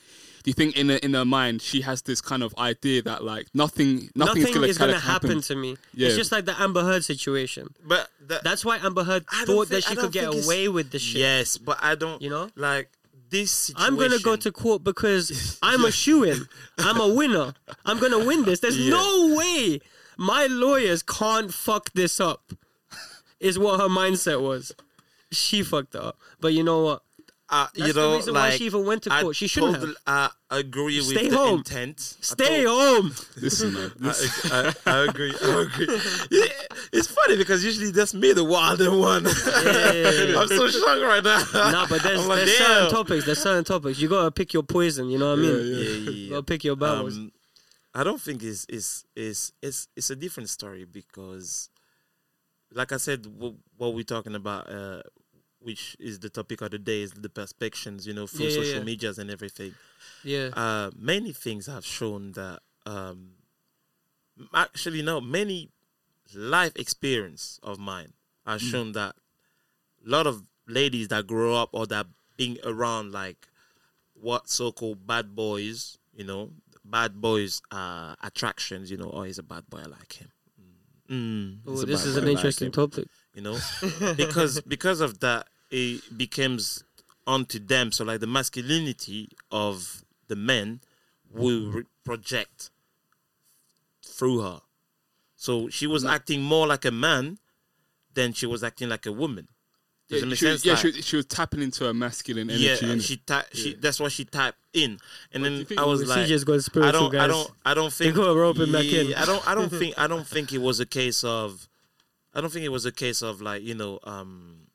S5: do you think in her, in her mind she has this kind of idea that like nothing, nothing's
S1: Nothing
S5: gonna
S1: is
S5: kinda
S1: gonna happen.
S5: happen?
S1: to me.
S5: Yeah.
S1: It's just like the Amber Heard situation.
S4: but the,
S1: That's why Amber Heard
S4: I don't
S1: thought
S4: think-
S1: that
S4: I
S1: she
S4: don't
S1: could get
S4: think it's-
S1: away with the shit.
S4: yes, but I don't.
S1: You know?
S4: like this situation.
S1: I'm gonna go to court because I'm a shoe in. I'm a winner. I'm gonna win this. There's
S4: Yeah.
S1: no way my lawyers can't fuck this up. Is what her mindset was. She fucked it up. But you know what?
S4: Uh,
S1: That's
S4: you
S1: the
S4: know,
S1: reason why
S4: like,
S1: she even went to
S4: I
S1: court. She shouldn't
S4: totally- I agree with
S1: Stay
S4: the
S1: home.
S4: intent. I
S1: Stay
S4: tot-
S1: home.
S5: Listen, man,
S4: I, I, I agree. I agree. Yeah, it's funny because usually that's me the wilder one.
S1: yeah, yeah.
S4: I'm so shocked right now.
S1: Nah, but there's,
S4: I'm like,
S1: there's certain
S4: damn.
S1: topics. There's certain topics. You gotta pick your poison. You know what I mean?
S5: Yeah,
S4: Yeah, yeah,
S1: You
S4: yeah.
S1: gotta pick your battles.
S4: Um, I don't think it's it's it's it's it's a different story because, like I said, w- what we're talking about, uh, which is the topic of the day, is the perspectives, you know, through
S1: Yeah, yeah,
S4: social
S1: yeah.
S4: medias and everything.
S1: yeah.
S4: Uh, many things have shown that, um, actually, no, many life experience of mine has shown that a lot of ladies that grow up or that being around like what so-called bad boys, you know, bad boys uh, attractions, you know, oh, he's a bad boy, I like him. Mm,
S1: Oh,
S4: he's a
S1: this
S4: bad
S1: is
S4: boy,
S1: an
S4: I like
S1: interesting
S4: him
S1: topic.
S4: you know because because of that it becomes onto them so like the masculinity of the men will
S5: Mm-hmm.
S4: re- project through her so she was acting more like a man than she was acting like a woman does it
S5: yeah,
S4: make
S5: she, was-
S4: sense
S5: yeah
S4: Like,
S5: she, was- she was tapping into her masculine energy.
S4: yeah,
S5: innit?
S4: she typed. She that's what she typed in, and
S5: do you
S4: then
S5: think
S4: I was
S1: she
S4: like,
S1: just got spiritual,
S4: I don't, I
S1: guys.
S4: don't, I don't think
S1: got roping back in.
S4: Yeah, I don't, I don't think, I don't think it was a case of, I don't think it was a case of like you know, um,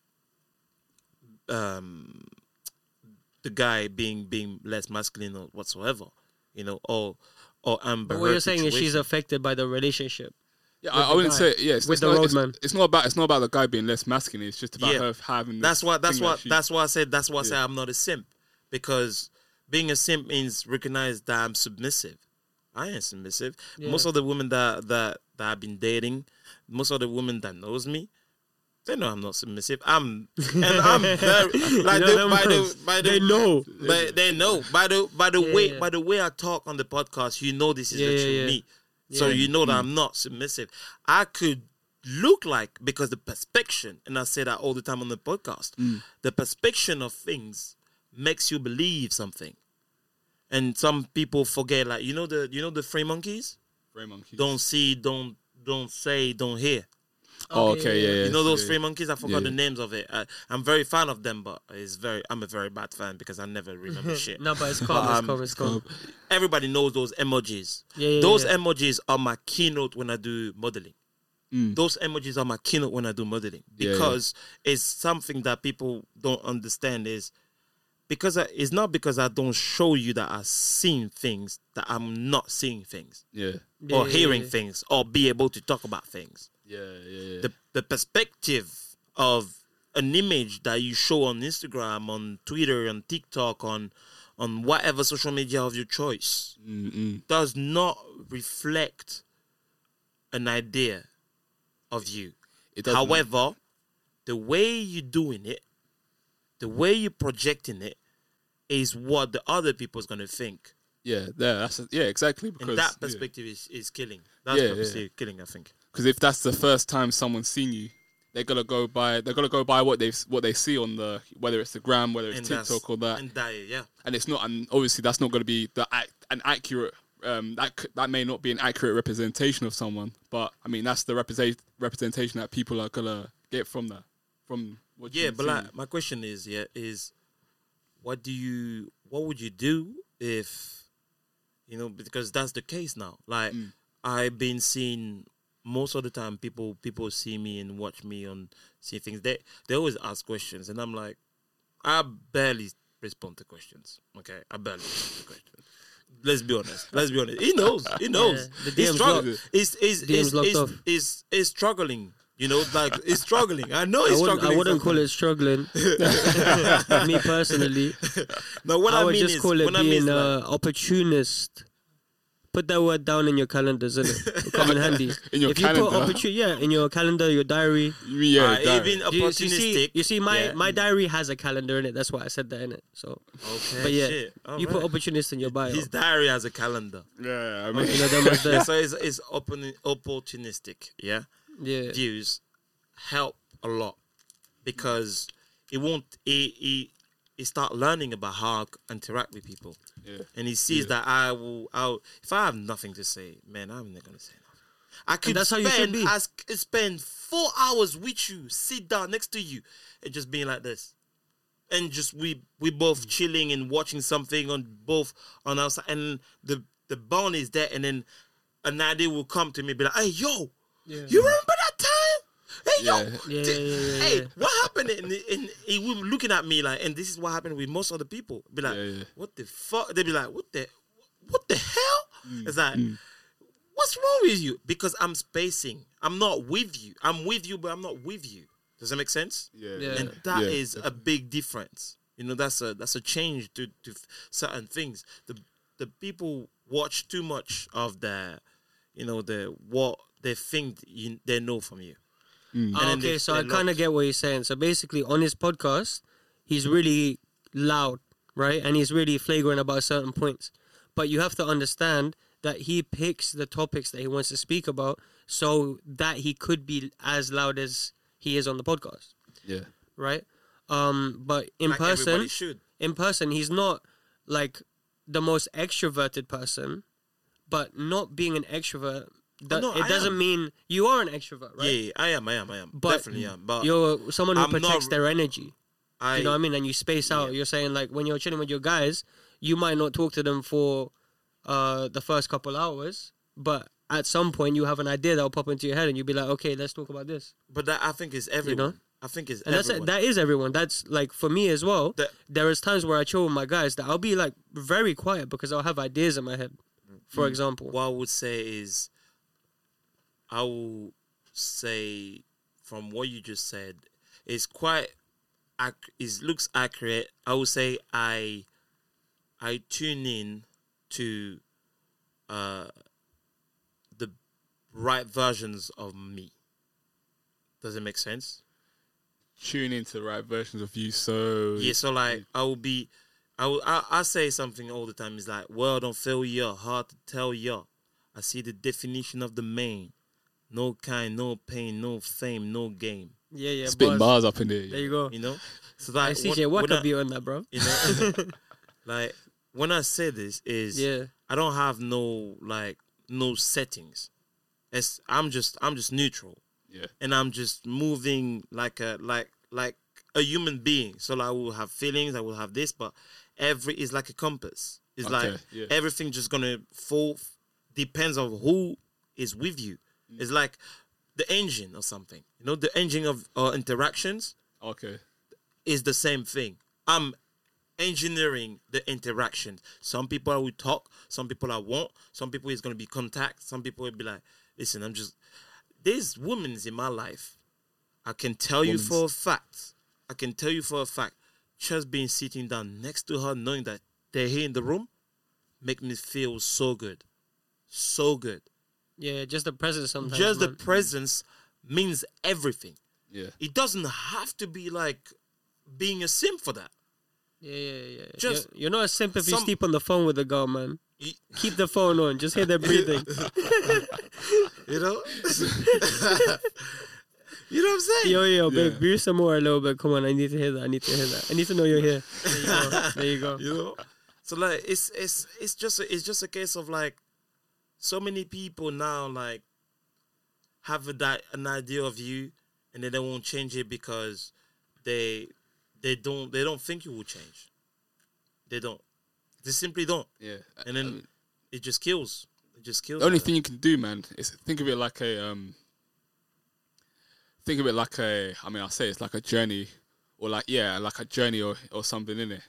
S4: um, the guy being being less masculine or whatsoever, you know, or or Amber.
S1: But what you're
S4: Heard
S1: saying is
S4: situation.
S1: she's affected by the relationship.
S5: Yeah, I, I
S1: the
S5: wouldn't
S1: guy,
S5: say yeah. It's,
S1: with
S5: it's
S1: the
S5: not,
S1: road
S5: it's,
S1: man.
S5: it's not about it's not about the guy being less masculine. It's just about
S4: Yeah.
S5: her having.
S4: That's why. That's why.
S5: what.
S4: That's why I said. That's why I say I'm not a simp because being a simp means recognize that I'm submissive. I ain't submissive. Most of the women that that that I've been dating, most of the women that knows me, they know I'm not submissive. I'm and I'm very like
S1: You know
S4: they,
S1: them
S4: by the
S1: ones?
S4: by the
S1: They know.
S4: but they know by the by the
S1: Yeah,
S4: way
S1: yeah.
S4: by the way I talk on the podcast, you know this is
S1: Yeah,
S4: the
S1: yeah,
S4: true
S1: yeah.
S4: me. So
S1: Yeah. Hmm.
S4: you know that I'm not submissive. I could look like because the perspective, and I say that all the time on the podcast,
S1: Hmm.
S4: the perspective of things makes you believe something. And some people forget, like you know the you know the free monkeys don't see, don't don't say, don't hear.
S5: Oh, okay, yeah, yeah.
S4: You know those
S5: yeah.
S4: free monkeys? I forgot
S5: Yeah.
S4: the names of it. I, I'm very fan of them, but it's very I'm a very bad fan because I never remember shit.
S1: No, but it's calm. It's
S4: Um,
S1: calm. It's calm.
S4: Everybody knows those emojis.
S1: Yeah, yeah,
S4: those
S1: yeah.
S4: emojis are my keynote when I do modeling.
S1: Mm.
S4: Those emojis are my keynote when I do modeling
S5: Yeah, yeah.
S4: because it's something that people don't understand. Is because I, it's not because I don't show you that I've seen things that I'm not seeing things
S5: Yeah,
S4: or
S1: yeah, yeah,
S4: hearing
S1: yeah.
S4: things or be able to talk about things
S5: yeah, yeah. yeah.
S4: the, the perspective of an image that you show on Instagram, on Twitter, on TikTok, on on whatever social media of your choice
S5: Mm-mm.
S4: does not reflect an idea of you.
S5: It doesn't.
S4: However, the way you're doing it, the way you're projecting it, is what the other people's gonna think.
S5: yeah, there. That's yeah, exactly. Because
S4: And that
S5: yeah.
S4: perspective is, is killing. That's
S5: Yeah, yeah.
S4: purposely killing, I think.
S5: Because if that's the first time someone's seen you, they're gonna go by they're gonna go by what they what they see on the whether it's the gram, whether it's
S4: And that's-
S5: TikTok or that, and,
S4: And that, yeah.
S5: it's not and obviously that's not gonna be the ac- an accurate um that c- that may not be an accurate representation of someone, but I mean that's the represent, representation that people are gonna get from that from what
S4: Yeah,
S5: you've
S4: but
S5: seen.
S4: like my question is, yeah, is what do you what would you do if you know because that's the case now. Like
S1: Mm.
S4: I've been seeing most of the time people people see me and watch me on see things. They they always ask questions and I'm like I barely respond to questions. Okay. I barely respond to questions. Let's be honest. Let's be honest. He knows. He knows.
S1: the
S4: he's,
S1: DM's
S4: strugg-
S1: locked.
S4: he's, he's,
S1: DM's
S4: he's,
S1: locked
S4: he's,
S1: off.
S4: he's- he's struggling. You know, like he's struggling. I know
S1: I
S4: he's
S1: wouldn't,
S4: struggling.
S1: I wouldn't call it struggling. Me personally,
S4: No, what I,
S1: I would
S4: mean
S1: just
S4: is,
S1: call it
S4: what I mean is,
S1: being
S4: like,
S1: uh, opportunist. Put that word down in your calendars, isn't it? It'll come in handy.
S5: In your
S1: if you put
S5: calendar?
S1: opportu- yeah, in your calendar, your diary.
S5: yeah,
S4: uh,
S5: direct.
S4: even
S1: You, you see,
S4: opportunistic.
S1: you see, my
S4: Yeah.
S1: my diary has a calendar in it. That's why I said that in it. So,
S4: Okay,
S1: but yeah,
S4: shit.
S1: you
S4: Alright.
S1: put opportunist in your bio.
S4: his diary has a calendar,
S5: yeah, I mean,
S1: You know, them ones there.
S4: so it's it's open, opportunistic. Yeah,
S1: yeah.
S4: views help a lot because he won't he he, he start learning about how I interact with people,
S5: yeah.
S4: and he sees that I will. I'll, if I have nothing to say, man, I'm not gonna say nothing. I could
S1: that's how
S4: spend
S1: you should be.
S4: I s- could spend four hours with you, sit down next to you, and just being like this, and just we we
S5: Mm.
S4: both chilling and watching something on both on our side, and the the bond is there, and then an idea will come to me, be like, hey yo, you remember that time? Hey yo,
S5: Yeah.
S1: Yeah,
S4: di-
S1: yeah, yeah, yeah,
S4: hey,
S1: yeah.
S4: what happened? And, and he was looking at me like, and this is what happened with most other people. Be like,
S5: Yeah, yeah.
S4: what the fuck? They be like, what the, what the hell?
S5: Mm,
S4: It's like, what's wrong with you? Because I'm spacing. I'm not with you. I'm with you, but I'm not with you. Does that make sense?
S5: Yeah.
S1: Yeah.
S4: and that
S5: Yeah,
S4: is a big difference. You know, that's a that's a change to to f- certain things. The the people watch too much of the, you know, the what they think you, they know from you.
S1: Ah,
S4: And then
S1: okay,
S4: they-
S1: so
S4: they
S1: I kind
S4: lock.
S1: of get what you're saying. So basically, on his podcast, he's really loud, right? And he's really flagrant about certain points. But you have to understand that he picks the topics that he wants to speak about so that he could be as loud as he is on the podcast,
S5: yeah.
S1: right? Um, but in
S4: Like
S1: person,
S4: everybody should.
S1: in person, he's not like the most extroverted person, but not being an extrovert, that,
S4: Oh, no,
S1: it
S4: I
S1: doesn't
S4: am.
S1: mean you are an extrovert, right?
S4: Yeah, yeah, I am, I am, I am.
S1: but
S4: Definitely am. But
S1: you're someone who
S4: Uh, I'm not-
S1: protects their energy.
S4: I,
S1: you know what I mean? And you space out. You're saying like when you're chilling with your guys, you might not talk to them for uh, the first couple hours, but at some point you have an idea that'll pop into your head, and you'll be like, okay, let's talk about this.
S4: but that I think is everyone. I think is
S1: And that's
S4: everyone.
S1: that is everyone. That's like for me as well.
S4: That-
S1: there is times where I chill with my guys that I'll be like very
S4: Mm.
S1: quiet because I'll have ideas in my head. For example,
S4: what I would say is I will say from what you just said, it's quite. ac- It looks accurate. I would say I, I tune in to, uh, the right versions of me. Does it make sense?
S5: Tune into the right versions of you. So
S4: Yeah, so like I will be, I will I, I say something all the time. It's like world on failure, hard to tell ya. I see the definition of the main, no kind, no pain, no fame, no game.
S1: Yeah, yeah.
S5: spitting
S1: bars.
S5: bars up in there.
S1: There you go.
S4: You know, so like
S1: Hey, CJ, what
S4: when
S1: could
S4: I-
S1: be on that, bro?
S4: you know, like when I say this is
S1: Yeah.
S4: I don't have no like no settings. It's I'm just I'm just neutral.
S5: Yeah.
S4: And I'm just moving like a like like a human being. So like, I will have feelings, I will have this, but every is like a compass. It's
S5: Okay,
S4: like
S5: yeah.
S4: everything just gonna fall depends on who is with you.
S5: Mm.
S4: It's like the engine or something. You know, the engine of uh, interactions
S5: Okay.
S4: is the same thing. I'm engineering the interaction. Some people I will talk, some people I won't, some people it's gonna be contact, some people will be like, listen, I'm just there's women's in my life. I can tell you for a fact. I can tell you for a fact. Just being sitting down next to her, knowing that they're here in the room, make me feel so good. So good.
S1: Yeah, just the presence sometimes.
S4: Just the
S1: man.
S4: presence means everything.
S5: Yeah.
S4: It doesn't have to be like being a sim for that.
S1: Yeah, yeah, yeah.
S4: Just
S1: you're, you're not a simp if you
S4: some-
S1: sleep on the phone with a girl, man.
S4: You-
S1: Keep the phone on. Just hear their breathing.
S4: You know? you know what I'm saying?
S1: yo, yo, babe,
S5: Yeah.
S1: breathe some more a little bit. Come on, I need to hear that. I need to hear that. I need to know you're here. There you go. There you go.
S4: You know? So like it's it's it's just it's just a case of like so many people now like have a, di- an idea of you and then they won't change it because they they don't they don't think you will change. They don't. They simply don't.
S5: Yeah.
S4: And
S5: Uh,
S4: then it just kills. It just kills.
S5: The only
S4: them.
S5: thing you can do, man, is think of it like a um. Think of it like a. I mean, I say it's like a journey, or like yeah, like a journey or, or something in it.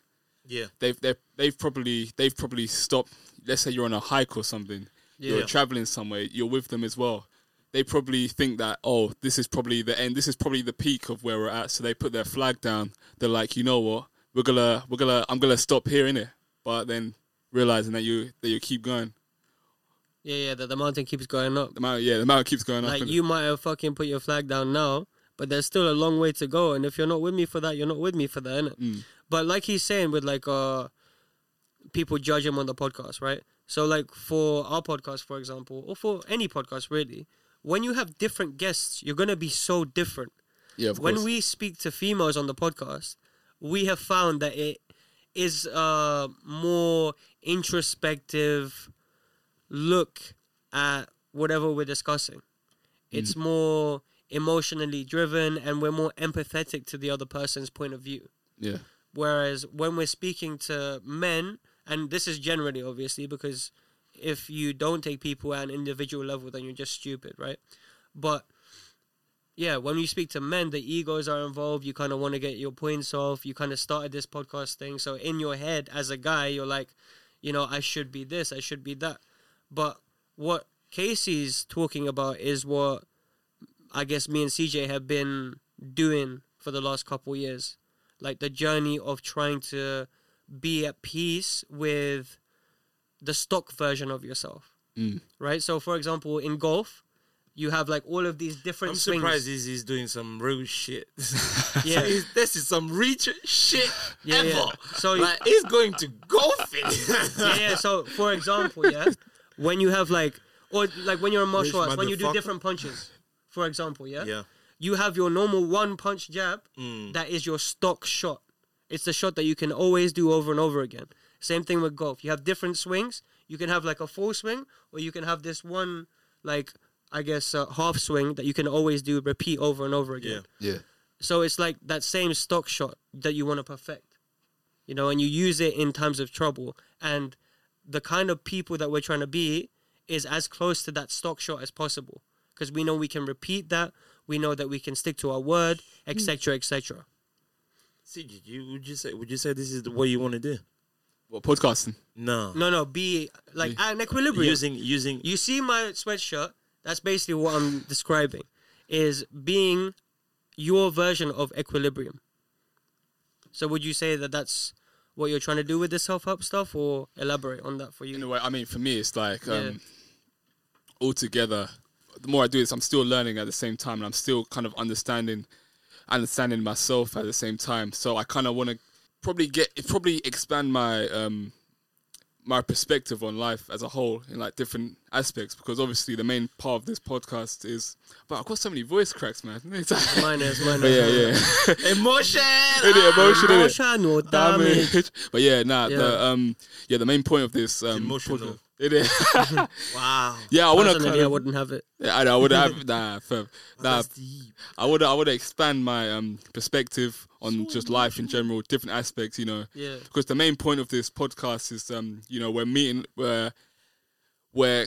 S4: Yeah.
S5: They've they've they've probably they've probably stopped. Let's say you're on a hike or something.
S1: Yeah.
S5: You're traveling somewhere. You're with them as well. They probably think that oh, this is probably the end. This is probably the peak of where we're at. So they put their flag down. They're like, you know what? We're gonna we're gonna I'm gonna stop here in it. But then realizing that you that you keep going.
S1: Yeah, yeah. That the mountain keeps going up.
S5: The amount, yeah, the amount keeps going up.
S1: Like
S5: innit?
S1: you might have fucking put your flag down now, but there's still a long way to go. And if you're not with me for that, you're not with me for that, innit? But like he's saying with like uh people judge him on the podcast, right? So like for our podcast, for example, or for any podcast really, when you have different guests, you're gonna be so different.
S5: Yeah, of
S1: when
S5: course.
S1: we speak to females on the podcast, we have found that it is a more introspective look at whatever we're discussing. It's
S5: Mm.
S1: more emotionally driven and we're more empathetic to the other person's point of view.
S5: yeah,
S1: Whereas when we're speaking to men, and this is generally obviously because if you don't take people at an individual level, then you're just stupid, right? But yeah, when you speak to men, the egos are involved. You kind of want to get your points off. You kind of started this podcast thing. So in your head, as a guy, you're like, you know, I should be this, I should be that. But what Casey's talking about is what I guess me and CJ have been doing for the last couple years like the journey of trying to be at peace with the stock version of yourself,
S5: Mm.
S1: right? So, for example, in golf, you have like all of these different
S4: I'm
S1: swings.
S4: surprised he's, he's doing some real shit.
S1: Yeah.
S4: He's- this is some rich shit
S1: Yeah,
S4: ever.
S1: yeah. So-
S4: like, he's going to golfing.
S1: yeah, yeah. So, for example, yeah, when you have like, or like when you're in martial
S4: Rich
S1: arts, when you do
S4: motherfucker.
S1: different punches, for example, yeah,
S4: Yeah.
S1: you have your normal one punch jab that is your stock shot. It's the shot that you can always do over and over again. Same thing with golf. You have different swings. You can have like a full swing, or you can have this one, like I guess, uh, half swing that you can always do, repeat over and over again.
S4: Yeah.
S5: yeah,
S1: So it's like that same stock shot that you want to perfect, you know, and you use it in times of trouble. And the kind of people that we're trying to be is as close to that stock shot as possible because we know we can repeat that. We know that we can stick to our word, etc., etc.
S4: CJ, you, would you say would you say this is the way you want to do?
S5: What podcasting?
S4: No.
S1: Mm, No, no, be like at an equilibrium.
S4: Using using
S1: you see my sweatshirt. That's basically what I'm describing is being your version of equilibrium. So would you say that that's what you're trying to do with the self-help stuff or elaborate on that for you?
S5: in a way, I mean, for me, it's like um,
S1: Yeah.
S5: altogether. The more I do this, I'm still learning at the same time, and I'm still kind of understanding, understanding myself at the same time. So I kind of want to probably get, probably expand my um, my perspective on life as a whole in like different aspects, because obviously the main part of this podcast is. But I've got so many voice cracks, man. It's like-
S1: Mine is, mine
S5: But yeah,
S1: is.
S5: yeah.
S4: Emotion.
S5: Innit, emotion,
S1: Ah,
S5: innit?
S1: Emotional damage.
S5: But yeah, nah. The,
S1: Yeah.
S5: um, yeah, the main point of this um,
S4: emotional.
S5: podcast- It is.
S4: Wow.
S5: yeah, I want to.
S1: Personally, I wouldn't have it.
S5: Yeah, I, know, I would have nah, fam, nah.
S4: That's deep.
S5: I would I would expand my um perspective on just life in general, different aspects, you know.
S1: Yeah.
S5: Because the main point of this podcast is um you know we're meeting we're we're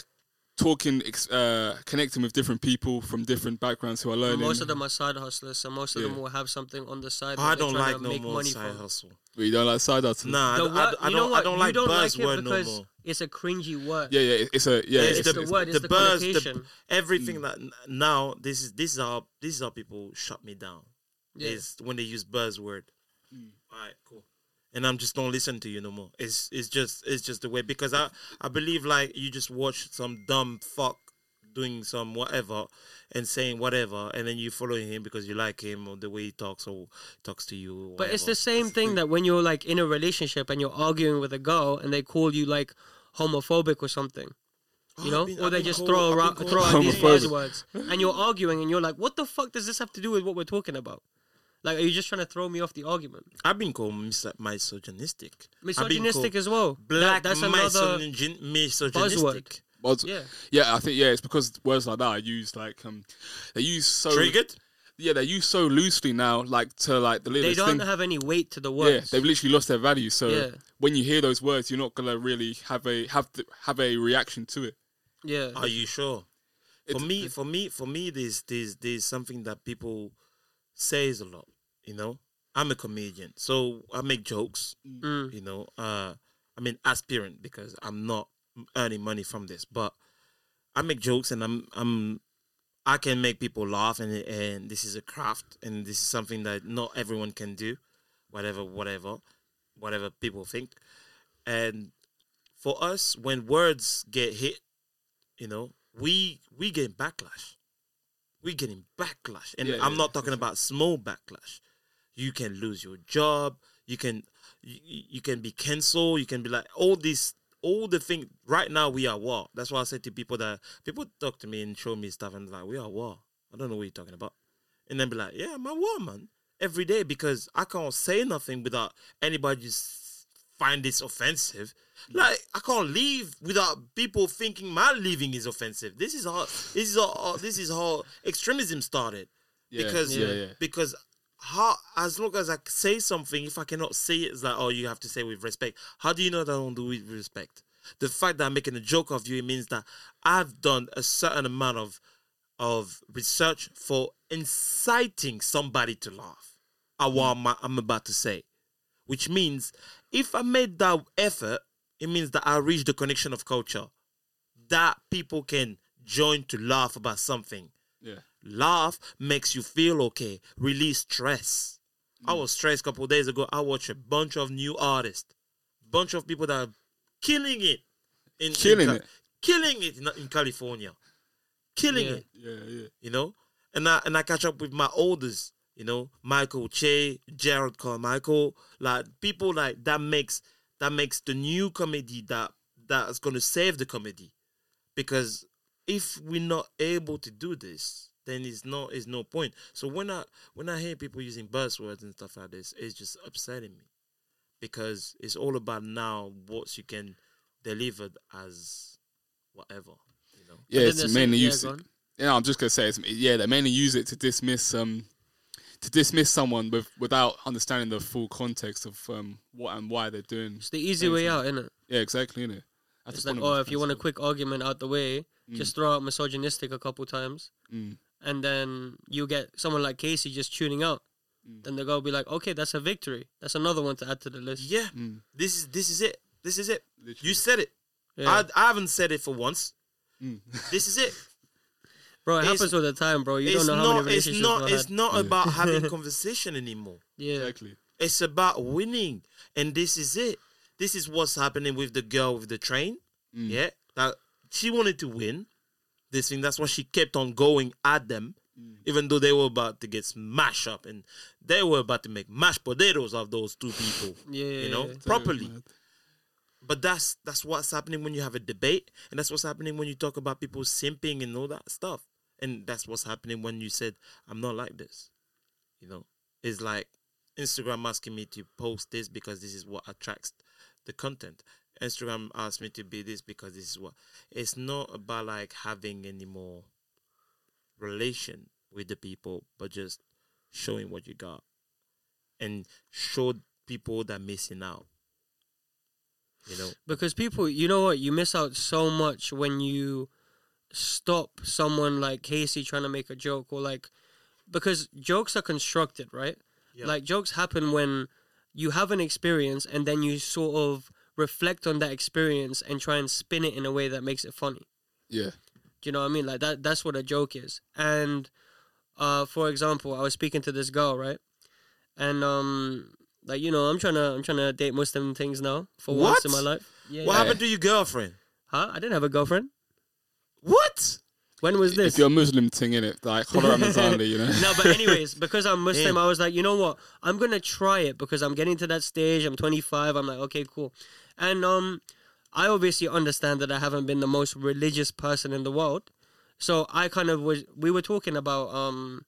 S5: talking ex- uh connecting with different people from different backgrounds who are learning.
S1: Most of them are side hustlers, so most of them
S5: Yeah.
S1: will have something on the side. that
S4: I
S1: they're
S4: don't
S1: trying
S4: like
S1: to
S4: no
S1: make
S4: more
S1: money
S4: side
S1: from.
S4: hustle.
S5: We don't like side hustle.
S4: Nah, I
S1: The
S4: don't-
S1: word,
S4: I, don't- I
S1: you know
S4: don't.
S1: what?
S4: I don't
S1: you
S4: like
S1: don't
S4: buzz
S1: like it
S4: word no
S1: because
S4: more.
S1: it's a cringy word.
S5: Yeah, yeah. it- It's a yeah.
S1: It's the word, it's the
S4: buzz,
S1: connotation.
S4: everything that n- now this is this is how this is how people shut me down.
S1: Yeah.
S4: Is when they use buzzword. All right, cool. And I'm just don't listen to you no more. It's it's just it's just the way because I I believe like you just watch some dumb fuck doing some whatever and saying whatever and then you follow him because you like him or the way he talks or talks to you. Or
S1: But it's
S4: whatever.
S1: the same thing that when you're like in a relationship and you're arguing with a girl and they call you like homophobic or something. You
S4: Oh,
S1: know,
S4: I've been-
S1: or
S4: I've
S1: they
S4: been
S1: just
S4: called-
S1: throw
S4: I've
S1: around,
S4: been
S1: throw
S4: called-
S1: out these
S5: Homophobic.
S1: buzzwords, and you're arguing, and you're like, "What the fuck does this have to do with what we're talking about? Like, are you just trying to throw me off the argument?
S4: I've been called mis- misogynistic. I've been
S1: Misogynistic
S4: called
S1: as well. That-
S4: Black
S1: that's another.
S4: misogyn- misogynistic.
S5: Words-
S1: Yeah.
S5: yeah, I think yeah, it's because words like that are used like um, they use so
S4: Triggered?
S5: Yeah, they're used so loosely now, like to like the
S1: They
S5: littlest
S1: don't
S5: thing.
S1: have any weight to the words.
S5: Yeah, they've literally lost their value. So
S1: Yeah.
S5: when you hear those words, you're not gonna really have a have to, have a reaction to it.
S1: yeah.
S4: Are you sure? For
S5: It's-
S4: me, for me, for me, there's there's there's something that people says a lot. You know, I'm a comedian, so I make jokes.
S1: Mm.
S4: You know, uh, I mean, aspirant because I'm not earning money from this, but I make jokes and I'm I'm I can make people laugh and and this is a craft and this is something that not everyone can do, whatever whatever, whatever people think, and for us when words get hit you know we we getting backlash we getting backlash and
S5: Yeah,
S4: i'm
S5: yeah,
S4: not talking about small backlash you can lose your job you can you, you can be cancelled you can be like all these all the thing right now we are war that's why i said to people that people talk to me and show me stuff and like we are war i don't know what you're talking about and then be like yeah i'm at war man every day because i can't say nothing without anybody just find this offensive like i can't leave without people thinking my leaving is offensive this is how this is how this is how extremism started
S5: Yeah,
S4: because
S5: yeah, yeah.
S4: because how as long as I say something, if I cannot say it, it's like oh you have to say with respect. How do you know that I don't do it with respect? The fact that I'm making a joke of you it means that I've done a certain amount of of research for inciting somebody to laugh at what I'm, I'm about to say, which means if I made that effort, it means that I reached the connection of culture that people can join to laugh about something.
S5: Yeah,
S4: Laugh makes you feel okay. Release stress.
S5: Hmm.
S4: I was stressed a couple days ago. I watched a bunch of new artists, bunch of people that are killing it, in, in
S5: Killing
S4: Ca-
S5: it.
S4: killing it in, in California, killing
S1: Yeah.
S4: it.
S5: yeah, yeah.
S4: You know, and I and I catch up with my olders. You know, Michael Che, Jared Carmichael, like people like that makes that makes the new comedy that that's gonna save the comedy because if we're not able to do this then it's not it's no point so when i when i hear people using buzzwords and stuff like this it's just upsetting me because it's all about now what you can deliver as whatever you know
S5: yeah
S1: then
S5: it's
S1: there's some-
S5: mainly
S1: yeah,
S5: used.
S1: go
S5: Yeah,
S1: on.
S5: I'm just gonna say it's yeah they mainly use it to dismiss um to dismiss someone with without understanding the full context of um what and why they're doing.
S1: It's the easy way out, isn't it?
S5: Yeah, exactly. Innit? That's
S1: It's
S5: the
S1: like,
S5: problem
S1: oh,
S5: with
S1: if you want a
S5: transphobia.
S1: quick argument out the way,
S4: Mm.
S1: just throw out misogynistic a couple times,
S5: Mm.
S1: and then you get someone like Casey just tuning out.
S4: Mm.
S1: Then the girl will be like, okay, that's a victory. That's another one to add to the list.
S4: yeah this is this is it this is it
S5: Literally.
S4: you said it
S1: Yeah. Mm.
S4: I, I haven't said it for once this is it
S1: bro. It
S4: It's-
S1: happens all the time, bro. You don't
S4: it's
S1: know
S4: not,
S1: how many
S4: it's
S1: relationships
S4: not,
S1: I've
S4: it's
S1: had.
S4: not about having conversation anymore.
S1: yeah,
S5: Exactly.
S4: It's about winning, and this is it. This is what's happening with the girl with the train.
S1: Mm.
S4: Yeah, that she wanted to win this thing. That's why she kept on going at them,
S1: Mm.
S4: even though they were about to get smashed up, and they were about to make mashed potatoes of those two people.
S1: Yeah,
S4: you know,
S1: yeah, yeah.
S4: properly. But that's that's what's happening when you have a debate, and that's what's happening when you talk about people simping and all that stuff. And that's what's happening when you said, "I'm not like this," you know. It's like Instagram asking me to post this because this is what attracts the content. Instagram asked me to be this because this is what. It's not about like having any more relation with the people, but just showing what you got and show people that missing out. You know.
S1: because people, you know what, you miss out so much when you stop someone like Casey trying to make a joke or like because jokes are constructed, right?
S4: Yeah.
S1: Like jokes happen when you have an experience and then you sort of reflect on that experience and try and spin it in a way that makes it funny.
S5: Yeah.
S1: Do you know what I mean? Like that that's what a joke is. And uh for example, I was speaking to this girl, right? And um like you know, I'm trying to I'm trying to date Muslim things now for once
S4: What?
S1: in my life. Yeah.
S4: What
S1: yeah.
S4: happened to your girlfriend?
S1: Huh? I didn't have a girlfriend.
S4: What?
S1: When was
S5: If
S1: this?
S5: you're a Muslim thing in it, like Holla Ramadan, you know.
S1: No, but anyways, because I'm Muslim,
S4: Yeah.
S1: I was like, you know what? I'm gonna try it because I'm getting to that stage. I'm 25. I'm like, okay, cool. And um, I obviously understand that I haven't been the most religious person in the world, so I kind of was. We were talking about um,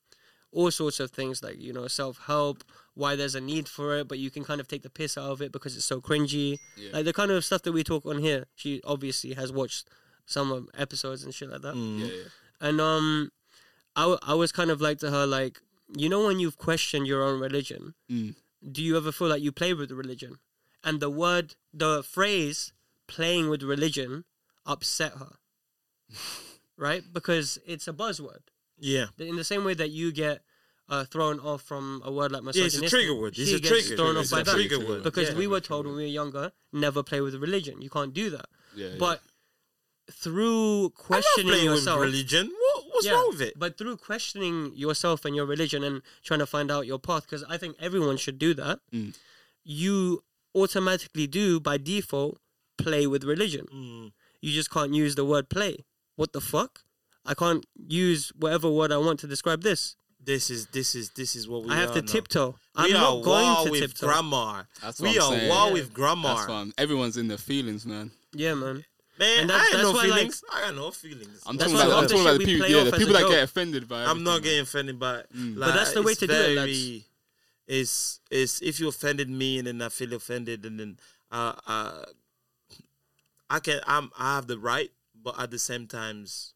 S1: all sorts of things like you know self help, why there's a need for it, but you can kind of take the piss out of it because it's so cringy. Like the kind of stuff that we talk on here. She obviously has watched some um, episodes and shit like that.
S5: Yeah, yeah.
S1: And um, I, w- I was kind of like to her, like, you know, when you've questioned your own religion,
S5: Mm.
S1: do you ever feel like you play with religion? And the word, the phrase playing with religion upset her, right? Because it's a buzzword.
S4: Yeah.
S1: In the same way that you get uh, thrown off from a word like
S4: Yeah, it's
S1: misogynistic,
S4: a trigger word. It's
S1: she
S4: a
S1: gets
S4: trigger.
S1: thrown off
S4: it's
S1: by
S4: a
S1: that.
S4: trigger word.
S1: Because
S4: Yeah.
S1: we were told when we were younger, never play with religion. You can't do that.
S5: Yeah, yeah.
S1: But through
S4: I'm not
S1: questioning
S4: playing
S1: yourself,
S4: with religion. What, what's wrong with it?
S1: but through questioning yourself and your religion and trying to find out your path, because I think everyone should do that,
S5: Mm.
S1: you automatically do by default play with religion.
S4: Mm.
S1: You just can't use the word play. What the fuck? I can't use whatever word I want to describe this.
S4: This is this is this is what we
S1: I have
S4: are
S1: to
S4: now.
S1: tiptoe. I'm
S4: We
S1: not
S4: are war
S1: going to
S4: with
S1: tiptoe.
S4: grammar.
S5: That's what
S4: we
S5: I'm
S4: are
S5: saying.
S4: war
S1: Yeah.
S4: with grammar.
S5: That's fun. Everyone's in their feelings, man.
S1: yeah, man.
S4: Man,
S1: And that's-
S4: I got
S1: that's
S4: no
S1: why, like-
S4: feelings. I got no feelings.
S5: I'm
S1: That's
S5: talking
S1: why a
S5: about,
S1: lot
S5: I'm
S1: of
S5: talking
S1: shit
S5: about
S1: we
S5: the people,
S1: play
S5: yeah,
S1: off
S5: the
S1: as
S5: people
S1: a
S5: that get
S1: joke.
S5: offended by.
S4: I'm not
S5: everything, man.
S4: getting offended by.
S1: But that's the way
S4: it's
S1: to do it, lads.
S4: very- It's it's if you offended me and then I feel offended and then uh, uh I can I'm I have the right, but at the same times,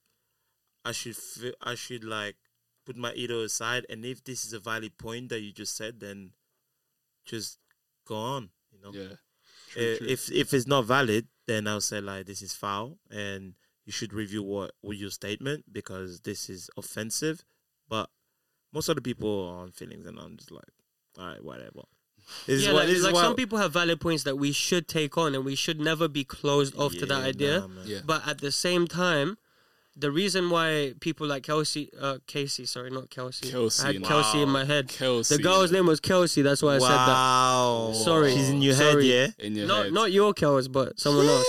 S4: I should feel, I should like put my ego aside. And if this is a valid point that you just said, then just go on. You know,
S5: Yeah.
S4: Uh, if if it's not valid, then I'll say like this is foul, and you should review what with your statement because this is offensive. But most of the people are on feelings, and I'm just like, all right, whatever. This
S1: yeah,
S4: is what
S1: like,
S4: this
S1: like
S4: is what,
S1: some people have valid points that we should take on and we should never be closed off to that
S4: Yeah,
S1: idea.
S4: nah, man.
S5: Yeah.
S1: But at the same time, the reason why people like Kelsey, uh, Casey, sorry, not Kelsey.
S5: Kelsey,
S1: I had
S5: no.
S1: Kelsey in my head.
S5: Kelsey.
S1: The girl's name was Kelsey. That's why I said that.
S4: Wow.
S1: Sorry.
S4: She's in your
S1: Sorry.
S4: head, yeah?
S5: in your
S1: Not
S5: head.
S1: not your Kels, but someone else.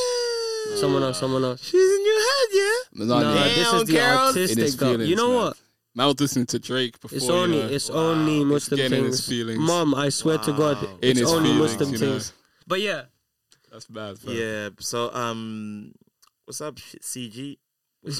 S1: Someone else. Someone else.
S4: She's in your head, yeah?
S5: Melania,
S1: Nah,
S5: in
S1: this is the
S4: Kels.
S5: his
S1: artistic girl.
S5: feelings,
S1: You know
S5: man.
S1: what?
S5: Man, I was listening to Drake before.
S1: It's
S5: you
S1: only
S5: know.
S1: it's only Muslim
S5: getting in his
S1: things.
S5: feelings.
S1: Mom, I swear to God,
S4: Wow.
S5: in
S1: it's
S5: his
S1: only
S5: feelings,
S1: Muslim
S5: you know.
S1: things. But yeah,
S5: That's bad, bro.
S4: Yeah. So, um, what's up, sh- CG? What's